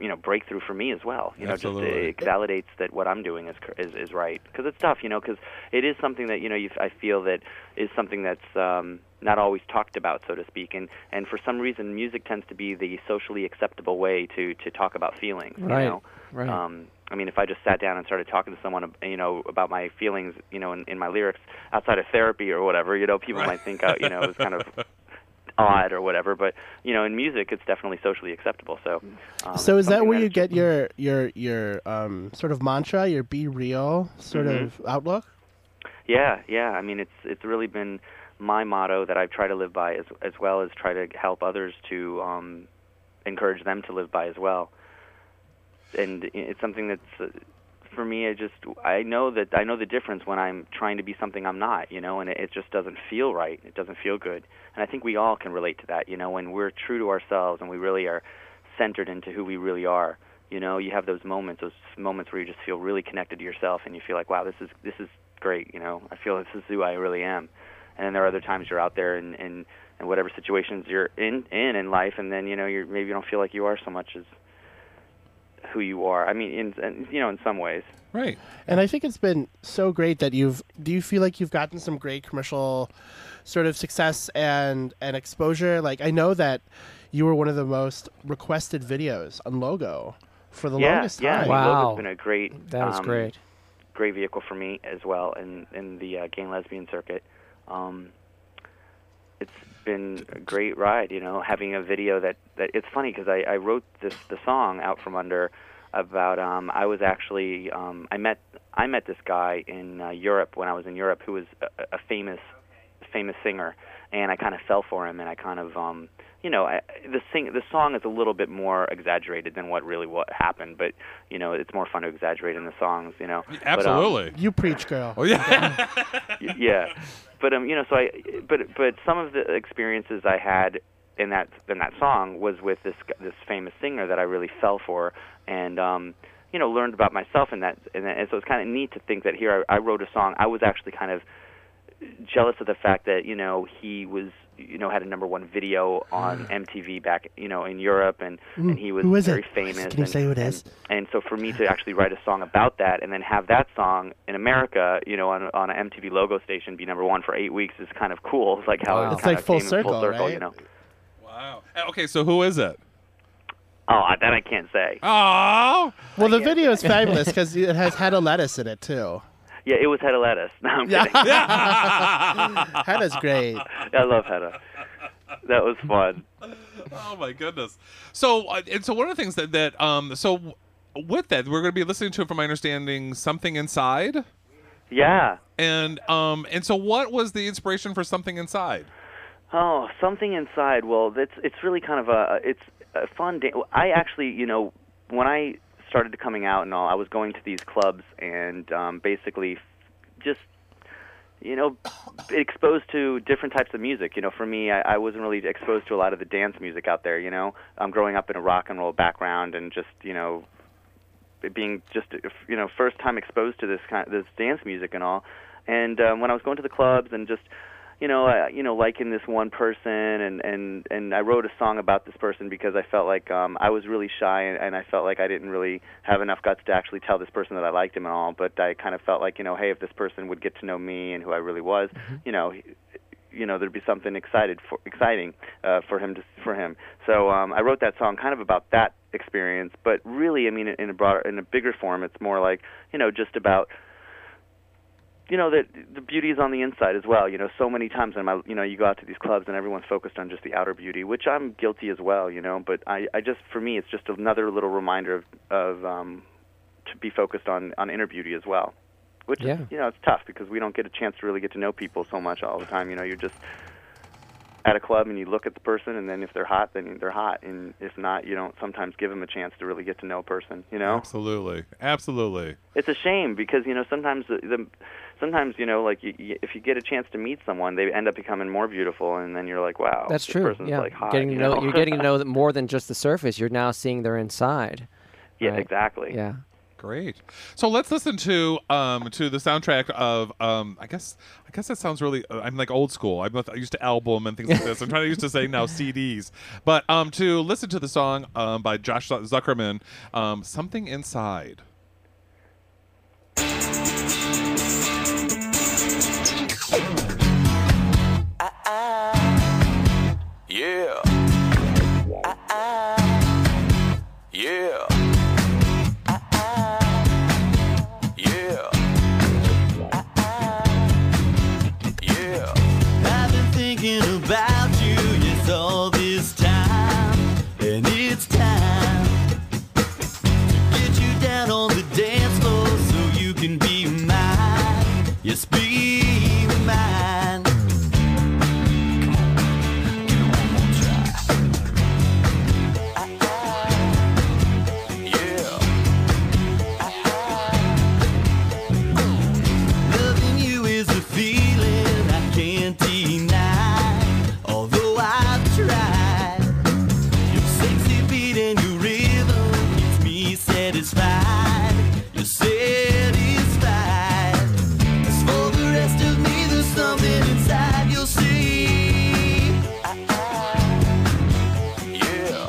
[SPEAKER 7] you know breakthrough for me as well you know
[SPEAKER 1] Absolutely.
[SPEAKER 7] just it validates that what i'm doing is cor- is, is right because it's tough you know because it is something that you know you, i feel that is something that's um not always talked about so to speak and and for some reason music tends to be the socially acceptable way to to talk about feelings
[SPEAKER 4] Right,
[SPEAKER 7] you know
[SPEAKER 4] right.
[SPEAKER 7] um I mean, if I just sat down and started talking to someone, you know, about my feelings, you know, in, in my lyrics outside of therapy or whatever, you know, people might think, uh, you know, it was kind of odd or whatever. But you know, in music, it's definitely socially acceptable. So, um,
[SPEAKER 2] So is that
[SPEAKER 7] something
[SPEAKER 2] where you
[SPEAKER 7] is-
[SPEAKER 2] get your your your um, sort of mantra, your be real sort
[SPEAKER 7] Mm-hmm.
[SPEAKER 2] of outlook?
[SPEAKER 7] Yeah, yeah. I mean, it's it's really been my motto that I've tried to live by, as as well as try to help others to um, encourage them to live by as well. And it's something that's uh, for me. I just I know that I know the difference when I'm trying to be something I'm not, you know, and it, it just doesn't feel right. It doesn't feel good. And I think we all can relate to that, you know, when we're true to ourselves and we really are centered into who we really are. You know, you have those moments, those moments where you just feel really connected to yourself, and you feel like, wow, this is this is great. You know, I feel this is who I really am. And then there are other times you're out there and and and whatever situations you're in in in life, and then you know you maybe you don't feel like you are so much as who you are. I mean, in, in you know, in some ways.
[SPEAKER 1] Right.
[SPEAKER 2] And I think it's been so great that you've. Do you feel like you've gotten some great commercial, sort of success and and exposure? Like I know that you were one of the most requested videos on Logo for the
[SPEAKER 7] yeah,
[SPEAKER 2] longest
[SPEAKER 7] yeah.
[SPEAKER 2] time.
[SPEAKER 4] Wow.
[SPEAKER 7] has been a great.
[SPEAKER 4] That was
[SPEAKER 7] um,
[SPEAKER 4] great.
[SPEAKER 7] great vehicle for me as well in in the uh, gay and lesbian circuit. Um, it's been a great ride, you know, having a video that that it's funny because I, I wrote this the song out from under about um I was actually um I met I met this guy in uh, Europe when I was in Europe who was a, a famous famous singer and I kind of fell for him and I kind of um you know I, the sing the song is a little bit more exaggerated than what really what happened but you know it's more fun to exaggerate in the songs you know But, um,
[SPEAKER 1] Absolutely.
[SPEAKER 2] You preach, girl.
[SPEAKER 1] oh yeah.
[SPEAKER 7] Y- yeah but um you know so i but but some of the experiences i had in that in that song was with this g- this famous singer that i really fell for and um you know learned about myself in that and, that, and so it's kind of neat to think that here I, I wrote a song i was actually kind of jealous of the fact that you know he was you know had a number one video on MTV back you know in Europe and and he was
[SPEAKER 2] Ah. who is
[SPEAKER 7] very
[SPEAKER 2] it?
[SPEAKER 7] famous.
[SPEAKER 2] Can you
[SPEAKER 7] and,
[SPEAKER 2] say who it
[SPEAKER 7] and-
[SPEAKER 2] is?
[SPEAKER 7] And, so for me to actually write a song about that and then have that song in America you know on on an MTV logo station be number one for eight weeks is kind of cool. It's like how
[SPEAKER 4] Wow.
[SPEAKER 7] it
[SPEAKER 4] It's
[SPEAKER 7] kind
[SPEAKER 2] like
[SPEAKER 7] of
[SPEAKER 2] full
[SPEAKER 7] came in
[SPEAKER 2] circle,
[SPEAKER 7] full circle
[SPEAKER 2] right?
[SPEAKER 7] you know.
[SPEAKER 1] wow. Uh, Okay, so who is it?
[SPEAKER 7] Oh, I- that I can't say.
[SPEAKER 1] Oh.
[SPEAKER 2] Well, the video is fabulous because it has had a lettuce in it too.
[SPEAKER 7] Yeah, it was Hedda Lettuce. No, I'm kidding.
[SPEAKER 2] Hannah's great.
[SPEAKER 7] I love Hedda. That was fun.
[SPEAKER 1] Oh my goodness. So uh, and so one of the things that that um so w- with that we're going to be listening to from my understanding something inside
[SPEAKER 7] Yeah.
[SPEAKER 1] and um and so what was the inspiration for something inside?
[SPEAKER 7] Oh, something inside. Well, that's it's really kind of a it's a fun day. I actually, you know, when I started coming out and all, I was going to these clubs and um, basically just you know exposed to different types of music you know for me I, I wasn't really exposed to a lot of the dance music out there you know i'm growing up in a rock and roll background and just you know it being just you know first time exposed to this kind this dance music and all and um, when I was going to the clubs and just you know, uh, you know, liking this one person, and and and I wrote a song about this person because I felt like um, I was really shy, and, and I felt like I didn't really have enough guts to actually tell this person that I liked him and all. But I kind of felt like, you know, hey, if this person would get to know me and who I really was, you know, he- you know, there'd be something excited for exciting uh, for him to for him. So um, I wrote that song kind of about that experience, but really, I mean, in a broader, in a bigger form, it's more like you know, just about you know that the beauty is on the inside as well. You know, so many times in my, you know, you go out to these clubs and everyone's focused on just the outer beauty, which I'm guilty as well. You know, but I, I just for me, it's just another little reminder of, of um, to be focused on on inner beauty as well. Which
[SPEAKER 4] Yeah.
[SPEAKER 7] is, you know, it's tough because we don't get a chance to really get to know people so much all the time. You know, you're just at a club and you look at the person, and then if they're hot, then they're hot, and if not, you don't sometimes give them a chance to really get to know a person. You know,
[SPEAKER 1] Absolutely. Absolutely.
[SPEAKER 7] it's a shame because you know sometimes the, the sometimes you know like you, you, if you get a chance to meet someone they end up becoming more beautiful and then you're like wow
[SPEAKER 4] That's
[SPEAKER 7] this
[SPEAKER 4] true.
[SPEAKER 7] person's,
[SPEAKER 4] Yeah,
[SPEAKER 7] like, hot,
[SPEAKER 4] getting to
[SPEAKER 7] you
[SPEAKER 4] know, you're getting to know that more than just the surface. You're now seeing their inside.
[SPEAKER 7] yeah
[SPEAKER 4] right.
[SPEAKER 7] exactly
[SPEAKER 4] Yeah.
[SPEAKER 1] Great. So let's listen to um to the soundtrack of um I guess I guess that sounds really uh, I'm like old school. I'm not- I used to album and things like this. I'm trying to used to say now CDs. But um to listen to the song um by Josh Zuckerman um Something Inside.
[SPEAKER 8] Yeah. Yeah. Yeah. Yeah.
[SPEAKER 9] I've been thinking about you, yes, all this time. And it's time to get you down on the dance floor so you can be mine. Yes, be mine. Come on, give it one more try.
[SPEAKER 8] Yeah.
[SPEAKER 9] Loving you is a feeling I can't deny, although I've tried. Your sexy beat and your rhythm keeps me satisfied. You're satisfied. As for the rest of me, there's something inside you'll see.
[SPEAKER 8] Yeah.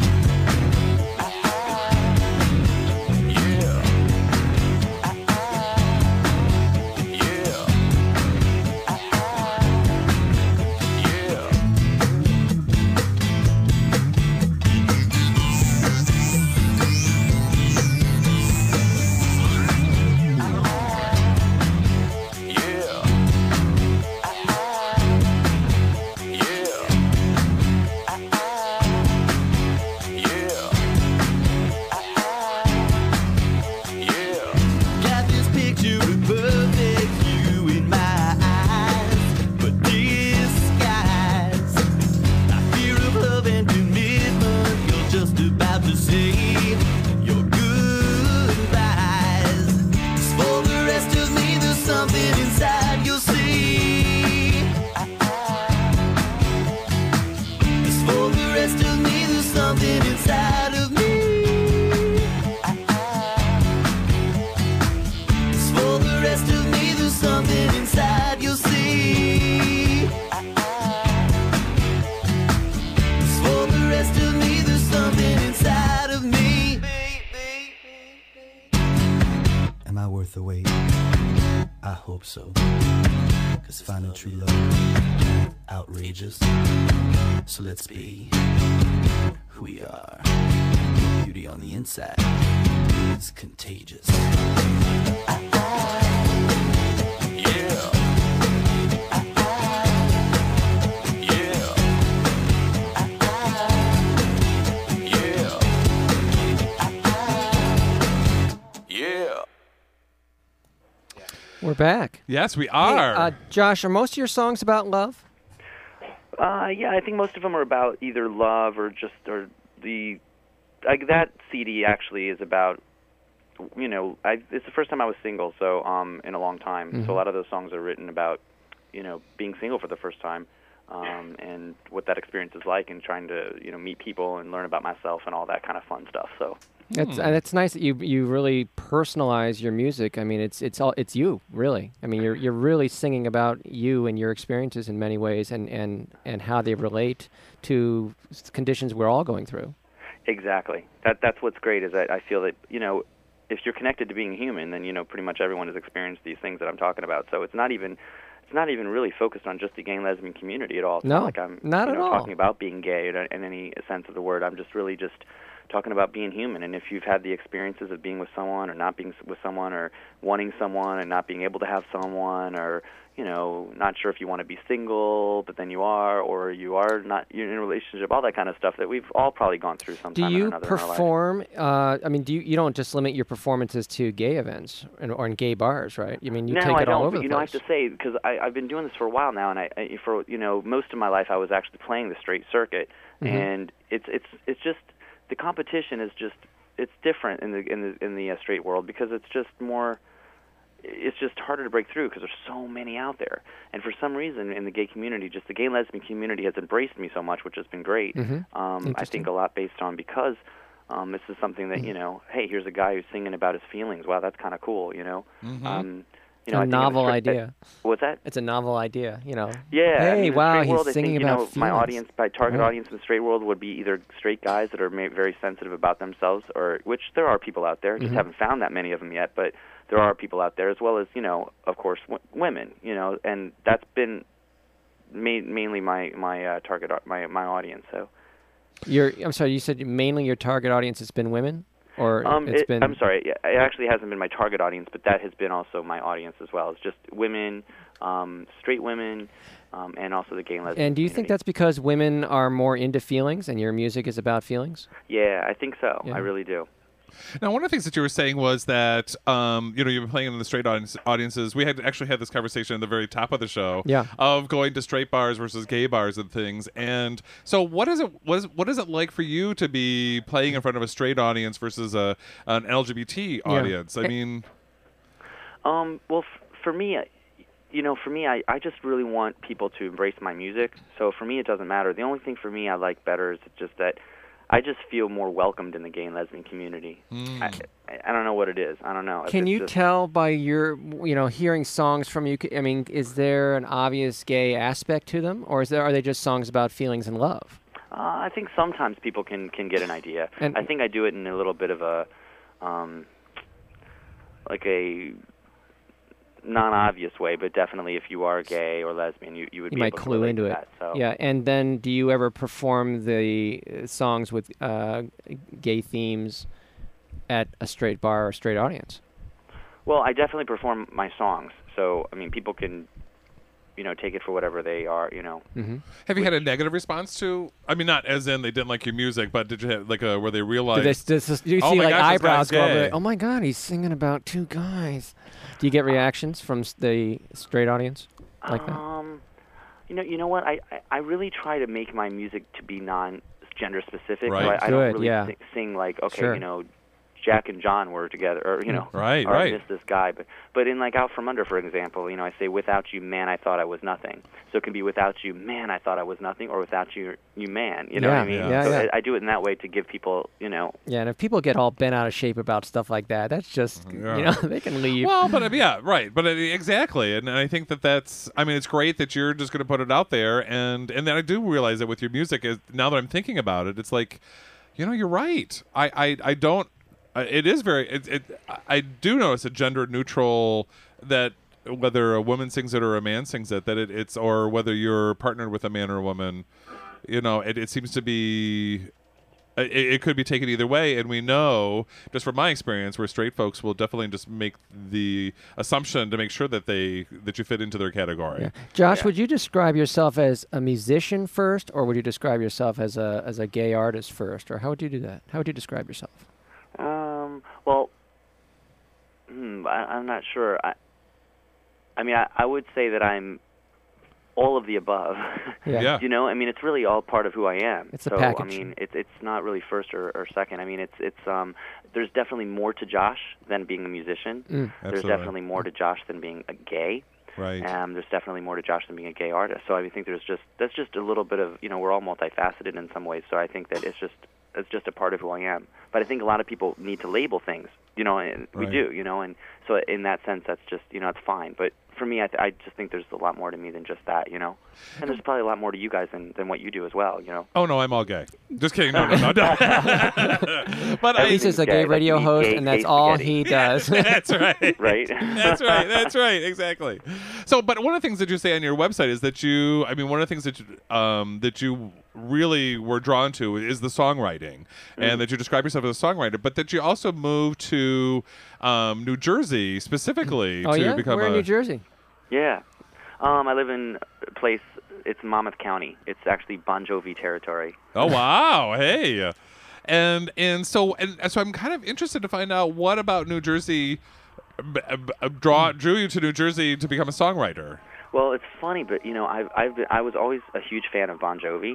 [SPEAKER 8] Yeah.
[SPEAKER 9] Got this picture of perfect you in my eyes, but disguise. I fear of love and commitment. You're just about to say your goodbyes. For the rest of me, there's something inside you'll see. For the rest of me, there's something inside of me. For the rest of me, there's something inside you'll see. For the rest of me, there's something inside of me. Am I worth the wait? I hope so. Cause finding true love, outrageous. So let's be who we are. Beauty on the inside is contagious.
[SPEAKER 8] Yeah.
[SPEAKER 4] We're back.
[SPEAKER 1] Yes, we
[SPEAKER 4] Hey,
[SPEAKER 1] are.
[SPEAKER 4] uh, Josh, are most of your songs about love?
[SPEAKER 7] Uh, yeah, I think most of them are about either love or just or the like that CD actually is about you know I it's the first time I was single so um in a long time so a lot of those songs are written about you know being single for the first time um, and what that experience is like, and trying to you know meet people and learn about myself and all that kind of fun stuff. So
[SPEAKER 4] It's and it's nice that you you really personalize your music. I mean, it's it's all it's you really. I mean, you're you're really singing about you and your experiences in many ways, and and and how they relate to s- conditions we're all going through.
[SPEAKER 7] Exactly. That that's what's great is that I feel that you know, if you're connected to being human, then you know pretty much everyone has experienced these things that I'm talking about. So it's not even it's not even really focused on just the gay and lesbian community at all. It's
[SPEAKER 4] No,
[SPEAKER 7] like I'm
[SPEAKER 4] not
[SPEAKER 7] you
[SPEAKER 4] at
[SPEAKER 7] know,
[SPEAKER 4] all.
[SPEAKER 7] talking about being gay in, in any sense of the word. I'm just really just talking about being human and if you've had the experiences of being with someone or not being s- with someone or wanting someone and not being able to have someone or you know not sure if you want to be single but then you are or you are not you're in a relationship all that kind of stuff that we've all probably gone through some
[SPEAKER 4] Do
[SPEAKER 7] time or
[SPEAKER 4] you
[SPEAKER 7] another in our life.
[SPEAKER 4] perform? Uh, I mean, do you you don't just limit your performances to gay events and, or in gay bars, right? I mean, you
[SPEAKER 7] no,
[SPEAKER 4] take
[SPEAKER 7] I
[SPEAKER 4] it
[SPEAKER 7] don't.
[SPEAKER 4] all
[SPEAKER 7] but
[SPEAKER 4] over the
[SPEAKER 7] you know,
[SPEAKER 4] place.
[SPEAKER 7] I have to say because I've been doing this for a while now, and I, I for you know most of my life I was actually playing the straight circuit,
[SPEAKER 4] Mm-hmm.
[SPEAKER 7] and it's it's it's just the competition is just it's different in the in the in the uh, straight world because it's just more it's just harder to break through because there's so many out there. And for some reason, in the gay community, just the gay and lesbian community has embraced me so much, which has been great.
[SPEAKER 4] Mm-hmm.
[SPEAKER 7] Um, I think a lot based on because um, this is something that
[SPEAKER 4] Mm-hmm.
[SPEAKER 7] you know, hey, here's a guy who's singing about his feelings. Wow, that's kind of cool, you know. Um, you know,
[SPEAKER 4] Mm-hmm. a
[SPEAKER 7] I think in the
[SPEAKER 4] novel
[SPEAKER 7] straight-
[SPEAKER 4] idea.
[SPEAKER 7] What's that?
[SPEAKER 4] It's a novel idea, you know.
[SPEAKER 7] Yeah. I
[SPEAKER 4] Hey,
[SPEAKER 7] mean, in the
[SPEAKER 4] wow,
[SPEAKER 7] straight
[SPEAKER 4] he's
[SPEAKER 7] world, I
[SPEAKER 4] singing
[SPEAKER 7] think,
[SPEAKER 4] about
[SPEAKER 7] you know, my
[SPEAKER 4] feelings.
[SPEAKER 7] audience, my target
[SPEAKER 4] Right.
[SPEAKER 7] audience in the straight world would be either straight guys that are ma- very sensitive about themselves, or which there are people out there.
[SPEAKER 4] Mm-hmm.
[SPEAKER 7] Just haven't found that many of them yet, but there are people out there, as well as you know, of course, w- women. You know, and that's been ma- mainly my my uh, target au- my my audience. So.
[SPEAKER 4] Your I'm sorry, you said mainly your target audience has been women, or
[SPEAKER 7] Um,
[SPEAKER 4] it's
[SPEAKER 7] it-
[SPEAKER 4] been.
[SPEAKER 7] I'm sorry. It it actually hasn't been my target audience, but that has been also my audience as well. It's just women, um, straight women, um, and also the gay and lesbian.
[SPEAKER 4] And do you think
[SPEAKER 7] community.
[SPEAKER 4] that's because women are more into feelings and your music is about feelings?
[SPEAKER 7] Yeah, I think so.
[SPEAKER 4] Yeah.
[SPEAKER 7] I really do.
[SPEAKER 1] Now, one of the things that you were saying was that um, you know you've been playing in the straight audience, audiences. We had actually had this conversation at the very top of the show,
[SPEAKER 4] Yeah.
[SPEAKER 1] of going to straight bars versus gay bars and things. And so, what is it? Was what is it like for you to be playing in front of a straight audience versus a an LGBT audience? I mean,
[SPEAKER 7] Um, well, f- for me, I- you know, for me, I, I just really want people to embrace my music. So for me, it doesn't matter. The only thing for me I like better is just that I just feel more welcomed in the gay and lesbian community. I, I- I don't know what it is. I don't know. If
[SPEAKER 4] Mm. Can
[SPEAKER 7] it's
[SPEAKER 4] you
[SPEAKER 7] just-
[SPEAKER 4] tell by your, you know, hearing songs from you? I mean, is there an obvious gay aspect to them, or is there are they just songs about feelings and love?
[SPEAKER 7] Uh, I think sometimes people can can get an idea.
[SPEAKER 4] And-
[SPEAKER 7] I think I do it in a little bit of a, um, like a non-obvious way, but definitely if you are gay or lesbian, you you would
[SPEAKER 4] You
[SPEAKER 7] be
[SPEAKER 4] might
[SPEAKER 7] able to
[SPEAKER 4] clue
[SPEAKER 7] relate
[SPEAKER 4] into
[SPEAKER 7] to
[SPEAKER 4] it.
[SPEAKER 7] That, so.
[SPEAKER 4] Yeah, and then do you ever perform the uh, songs with uh, gay themes at a straight bar or straight audience?
[SPEAKER 7] Well, I definitely perform my songs, so I mean people can, you know, take it for whatever they are. You know,
[SPEAKER 4] Mm-hmm.
[SPEAKER 1] have you had a negative response to? I mean, not as in they didn't like your music, but did you have like a where they
[SPEAKER 4] Do,
[SPEAKER 1] realized?
[SPEAKER 4] this, does this- do you
[SPEAKER 1] Oh
[SPEAKER 4] see
[SPEAKER 1] my
[SPEAKER 4] like
[SPEAKER 1] gosh, this guy's
[SPEAKER 4] eyebrows go up?
[SPEAKER 1] gay.
[SPEAKER 4] Like, oh my god, he's singing about two guys. Do you get reactions from s- the straight audience like that?
[SPEAKER 7] um, you know, you know what? I, I I really try to make my music to be non gender specific.
[SPEAKER 1] Right.
[SPEAKER 7] So I, I don't
[SPEAKER 4] Good,
[SPEAKER 7] really
[SPEAKER 4] yeah.
[SPEAKER 7] sing, sing like okay,
[SPEAKER 4] Sure. Mm.
[SPEAKER 7] you know, Jack and John were together, or you know,
[SPEAKER 1] Right,
[SPEAKER 7] or
[SPEAKER 1] right.
[SPEAKER 7] I miss this guy. But but in like Out from Under, for example, you know, I say without you, man, I thought I was nothing. So it can be without you, man, I thought I was nothing, or without you, you man. You know what I
[SPEAKER 4] Yeah,
[SPEAKER 7] mean?
[SPEAKER 4] yeah,
[SPEAKER 7] so
[SPEAKER 4] yeah.
[SPEAKER 7] I, I do it in that way to give people, you know,
[SPEAKER 4] Yeah, and if people get all bent out of shape about stuff like that, that's just you know they can
[SPEAKER 1] Mm-hmm.
[SPEAKER 4] leave.
[SPEAKER 1] Well, but I mean, yeah, right. But I mean, exactly, and, and I think that that's. I mean, it's great that you're just going to put it out there, and and then I do realize that with your music, is now that I'm thinking about it, it's like, you know, you're right. I I, I don't. I- It is very. It, it I- I do notice a gender neutral that whether a woman sings it or a man sings it, that it, it's or whether you're partnered with a man or a woman, you know, it, it seems to be Uh, it, it could be taken either way and we know just from my experience where straight folks will definitely just make the assumption to make sure that they that you fit into their category
[SPEAKER 4] Josh, would you describe yourself as a musician first, or would you describe yourself as a as a gay artist first, or how would you do that? How would you describe yourself?
[SPEAKER 7] Um. Well, hmm, I, I'm not sure. I, I mean, I, I would say that I'm all of the above.
[SPEAKER 1] Yeah.
[SPEAKER 7] you know, I mean, it's really all part of who I am.
[SPEAKER 4] It's a
[SPEAKER 7] so I
[SPEAKER 4] package.
[SPEAKER 7] mean, it's it's not really first or, or second. I mean, it's it's um. There's
[SPEAKER 4] Mm.
[SPEAKER 7] definitely more to Josh than being a musician. There's
[SPEAKER 1] Absolutely.
[SPEAKER 7] definitely more to Josh than being a gay.
[SPEAKER 1] Right.
[SPEAKER 7] Um, there's definitely more to Josh than being a gay artist. So I think there's just that's just a little bit of you know we're all multifaceted in some ways. So I think that it's just it's just a part of who I am. But I think a lot of people need to label things, you know, and we
[SPEAKER 1] Right.
[SPEAKER 7] do, you know, and so in that sense, that's just you know it's fine. But for me, I, th- I just think there's a lot more to me than just that, you know, and there's probably a lot more to you guys than than what you do as well, you know.
[SPEAKER 1] Oh no, I'm all gay. Just kidding. No, no, no. no. but I,
[SPEAKER 4] He's just a
[SPEAKER 7] Yeah,
[SPEAKER 4] gay
[SPEAKER 7] like
[SPEAKER 4] radio
[SPEAKER 7] eat
[SPEAKER 4] host,
[SPEAKER 7] gay-
[SPEAKER 4] and that's
[SPEAKER 7] gay
[SPEAKER 4] all
[SPEAKER 7] spaghetti.
[SPEAKER 4] he does.
[SPEAKER 1] that's right.
[SPEAKER 7] Right.
[SPEAKER 1] That's right. That's right. Exactly. So, but one of the things that you say on your website is that you, I mean, one of the things that you, um, that you really were drawn to is the songwriting,
[SPEAKER 7] Mm-hmm.
[SPEAKER 1] and that you describe yourself as a songwriter, but that you also moved to um, New Jersey specifically
[SPEAKER 4] oh
[SPEAKER 1] to
[SPEAKER 4] yeah,
[SPEAKER 1] become
[SPEAKER 4] we're
[SPEAKER 1] a
[SPEAKER 4] in New Jersey.
[SPEAKER 7] Yeah. Um, I live in a place. It's Monmouth County. It's actually Bon Jovi territory.
[SPEAKER 1] Oh wow! Hey, and and so and so I'm kind of interested to find out what about New Jersey uh, b- b- draw drew you to New Jersey to become a songwriter.
[SPEAKER 7] Well, it's funny, but you know, I've I've been, I was always a huge fan of Bon Jovi.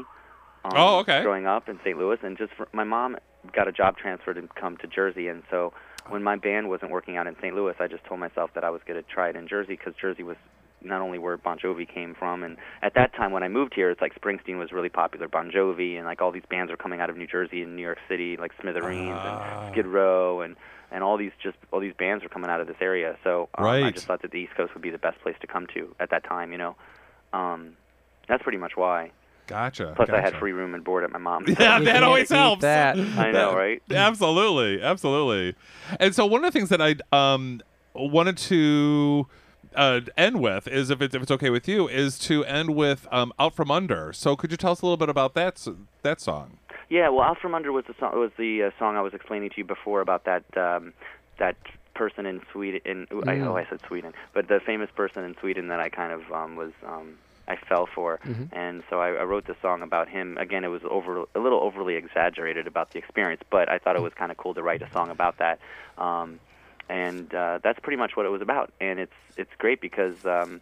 [SPEAKER 7] Um,
[SPEAKER 1] Oh, okay.
[SPEAKER 7] Growing up in St. Louis, and just for, my mom got a job transfer to come to Jersey, and so when my band wasn't working out in St. Louis, I just told myself that I was going to try it in Jersey because Jersey was not only where Bon Jovi came from, and at that time when I moved here, it's like Springsteen was really popular, Bon Jovi, and like all these bands were coming out of New Jersey and New York City, like Smithereens and Skid Row, and and all these just all these bands were coming out of this area. So um, I
[SPEAKER 1] Right.
[SPEAKER 7] just thought that the East Coast would be the best place to come to at that time, you know. Um, that's pretty much why.
[SPEAKER 1] Gotcha.
[SPEAKER 7] Plus, I had
[SPEAKER 1] gotcha.
[SPEAKER 7] free room and board at my mom's.
[SPEAKER 1] Yeah,
[SPEAKER 4] You
[SPEAKER 1] that
[SPEAKER 4] can't
[SPEAKER 1] always
[SPEAKER 4] eat
[SPEAKER 1] helps.
[SPEAKER 4] that.
[SPEAKER 7] I know, right?
[SPEAKER 1] absolutely, absolutely. And so one of the things that I um wanted to uh, end with is if it's if it's okay with you is to end with um, out from under. So could you tell us a little bit about that s- that song?
[SPEAKER 7] Yeah, well, Out from Under was the song was the uh, song I was explaining to you before about that um, that person in Sweden. In, ooh, I, oh, I said Sweden, but the famous person in Sweden that I kind of um, was um, I fell for,
[SPEAKER 1] Mm-hmm.
[SPEAKER 7] and so I, I wrote the song about him. Again, it was over a little overly exaggerated about the experience, but I thought it was kind of cool to write a song about that. Um, and uh, that's pretty much what it was about, and it's it's great because um,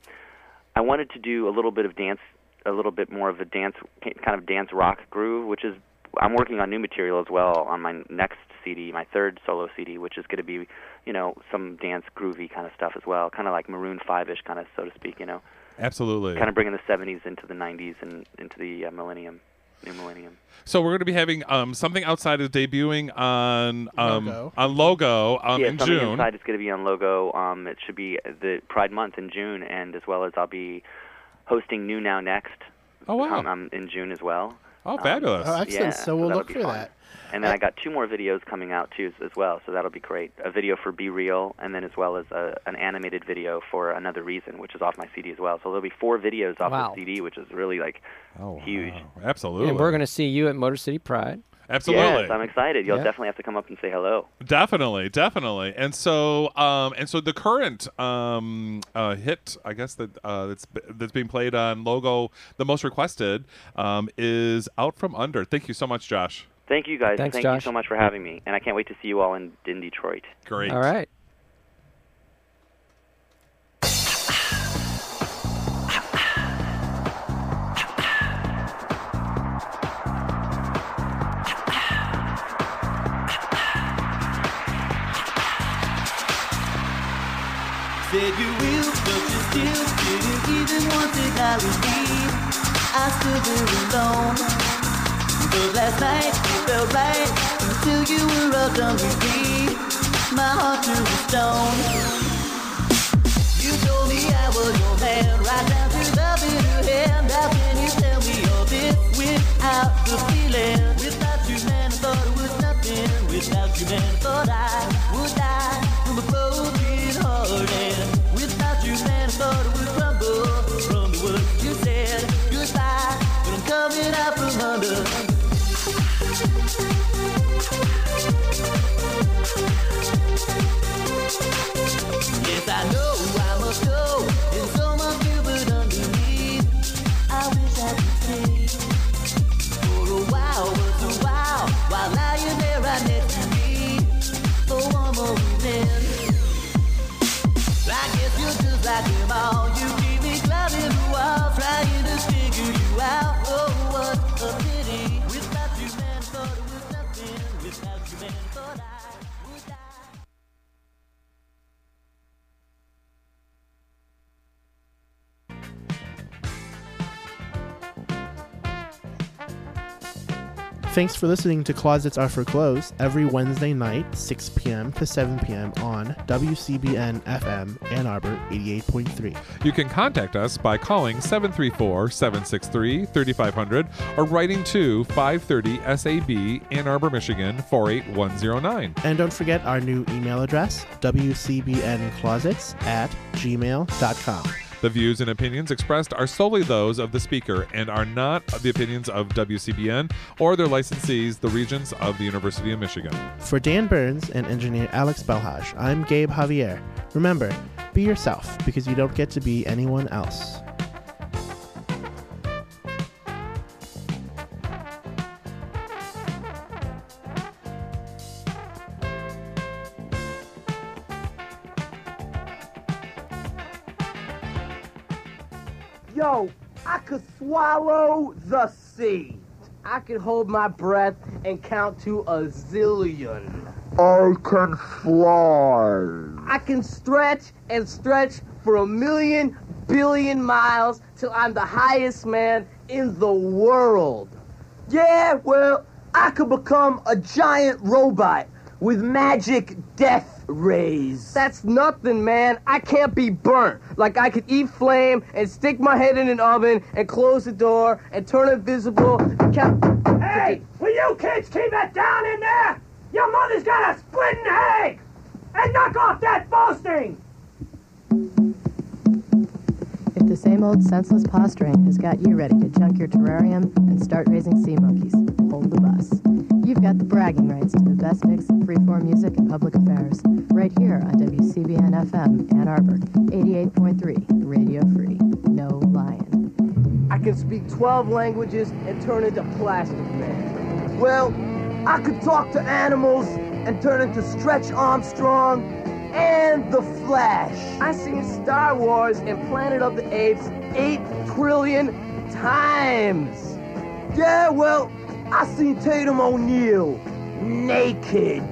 [SPEAKER 7] I wanted to do a little bit of dance, a little bit more of a dance kind of dance rock groove, which is I'm working on new material as well on my next CD, my third solo CD, which is going to be, you know, some dance groovy kind of stuff as well, kind of like Maroon Five-ish kind of, so to speak, you know,
[SPEAKER 1] Absolutely.
[SPEAKER 7] kind of bringing the '70s into the '90s and into the uh, millennium, new millennium.
[SPEAKER 1] So we're going to be having um, something outside is debuting on um,
[SPEAKER 2] Logo.
[SPEAKER 1] on logo um,
[SPEAKER 7] yeah,
[SPEAKER 1] in
[SPEAKER 7] something
[SPEAKER 1] June.
[SPEAKER 7] inside is going to be on logo. Um, it should be the Pride Month in June, and as well as I'll be hosting New Now Next.
[SPEAKER 1] Oh, wow.
[SPEAKER 7] um, um, in June as well.
[SPEAKER 1] Oh,
[SPEAKER 7] Um,
[SPEAKER 1] fabulous!
[SPEAKER 2] Oh, excellent.
[SPEAKER 7] Yeah,
[SPEAKER 2] so we'll
[SPEAKER 7] that'll
[SPEAKER 2] look
[SPEAKER 7] be
[SPEAKER 2] for
[SPEAKER 7] fun.
[SPEAKER 2] that. Uh,
[SPEAKER 7] And then I got two more videos coming out too, as- as well. So that'll be great. A video for Be Real, and then as well as a, an animated video for Another Reason, which is off my CD as well. So there'll be four videos off
[SPEAKER 4] Wow.
[SPEAKER 7] the CD, which is really like
[SPEAKER 1] oh,
[SPEAKER 7] huge.
[SPEAKER 1] wow. Absolutely.
[SPEAKER 4] And we're gonna see you at Motor City Pride.
[SPEAKER 1] absolutely.
[SPEAKER 7] Yes, I'm excited. You'll
[SPEAKER 4] Yeah.
[SPEAKER 7] definitely have to come up and say hello.
[SPEAKER 1] Definitely, definitely. And so, um, and so the current um, uh, hit, I guess that uh, that's that's being played on logo, the most requested, um, is "Out from Under." Thank you so much, Josh.
[SPEAKER 7] Thank you guys.
[SPEAKER 4] Thanks,
[SPEAKER 7] Thank you
[SPEAKER 4] Josh.
[SPEAKER 7] so much for having me, and I can't wait to see you all in, in Detroit.
[SPEAKER 1] Great.
[SPEAKER 4] All right.
[SPEAKER 9] Said you will, but you still didn't even want to I would leave. I still feel alone. But last night it felt right until you were up done with me. My heart turned to stone. You told me I was your man, right down to the bitter end. How can you tell me all this without the feeling? Without you, man, I thought it was nothing. Without you, man, I thought I would die from a broken heart. And without you, man, I thought it would crumble from the words you said. Goodbye, but I'm coming out from under. Yes, I know I must go. And so must you, but underneath, I wish I could stay for a while, but a while, while lying there right next to me for one more evening. I guess you're just like them all. You keep me climbing the wall, trying to figure you out. Oh, what a pity. Without you, man, I thought it was nothing. Without you, man, I thought I would die.
[SPEAKER 2] Thanks for listening to Closets Are for Clothes every Wednesday night, 6 p.m. to 7 p.m. on WCBN FM Ann Arbor 88.3.
[SPEAKER 1] You can contact us by calling 734 763 3500 or writing to 530 SAB, Ann Arbor, Michigan 48109.
[SPEAKER 2] And don't forget our new email address, WCBNclosets at gmail.com.
[SPEAKER 1] The views and opinions expressed are solely those of the speaker and are not the opinions of WCBN or their licensees, the regents of the University of Michigan.
[SPEAKER 2] For Dan Burns and engineer Alex Belhage, I'm Gabe Javier. Remember, be yourself because you don't get to be anyone else.
[SPEAKER 10] Yo, I could swallow the sea. I could hold my breath and count to a zillion.
[SPEAKER 11] I can fly.
[SPEAKER 10] I can stretch and stretch for a million billion miles till I'm the highest man in the world. Yeah, well, I could become a giant robot with magic death rays. That's nothing, man. I can't be burnt. Like I could eat flame and stick my head in an oven and close the door and turn invisible and count. Hey, will you kids keep it down in there? Your mother's got a splitting egg! And knock off that boasting!
[SPEAKER 12] If the same old senseless posturing has got you ready to junk your terrarium and start raising sea monkeys, hold the bus. You've got the bragging rights to the best mix of freeform music and public affairs, right here on WCBN FM Ann Arbor, 88.3, radio free. No lion.
[SPEAKER 10] I can speak 12 languages and turn into plastic man. Well, I could talk to animals and turn into Stretch Armstrong and The Flash. I seen Star Wars and Planet of the Apes 8 trillion times. Yeah, well, I seen Tatum O'Neal naked.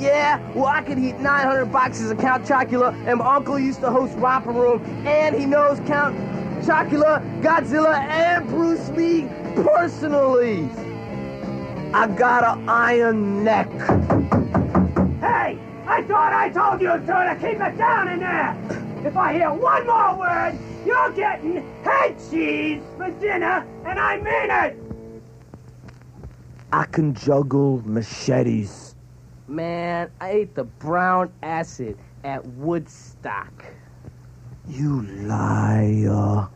[SPEAKER 10] Yeah, well, I could eat 900 boxes of Count Chocula, and my uncle used to host Romper Room, and he knows Count Chocula, Godzilla, and Bruce Lee personally. I got an iron neck. Hey, I thought I told you to keep it down in there. If I hear one more word, you're getting head cheese for dinner, and I mean it. I can juggle machetes. Man, I ate the brown acid at Woodstock. You liar.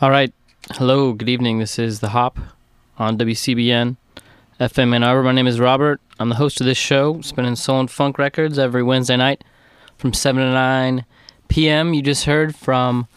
[SPEAKER 13] All right. Hello. Good evening. This is The Hop on WCBN FM Ann Arbor. My name is Robert. I'm the host of this show, spinning soul and funk records every Wednesday night from 7 to 9 p.m. You just heard from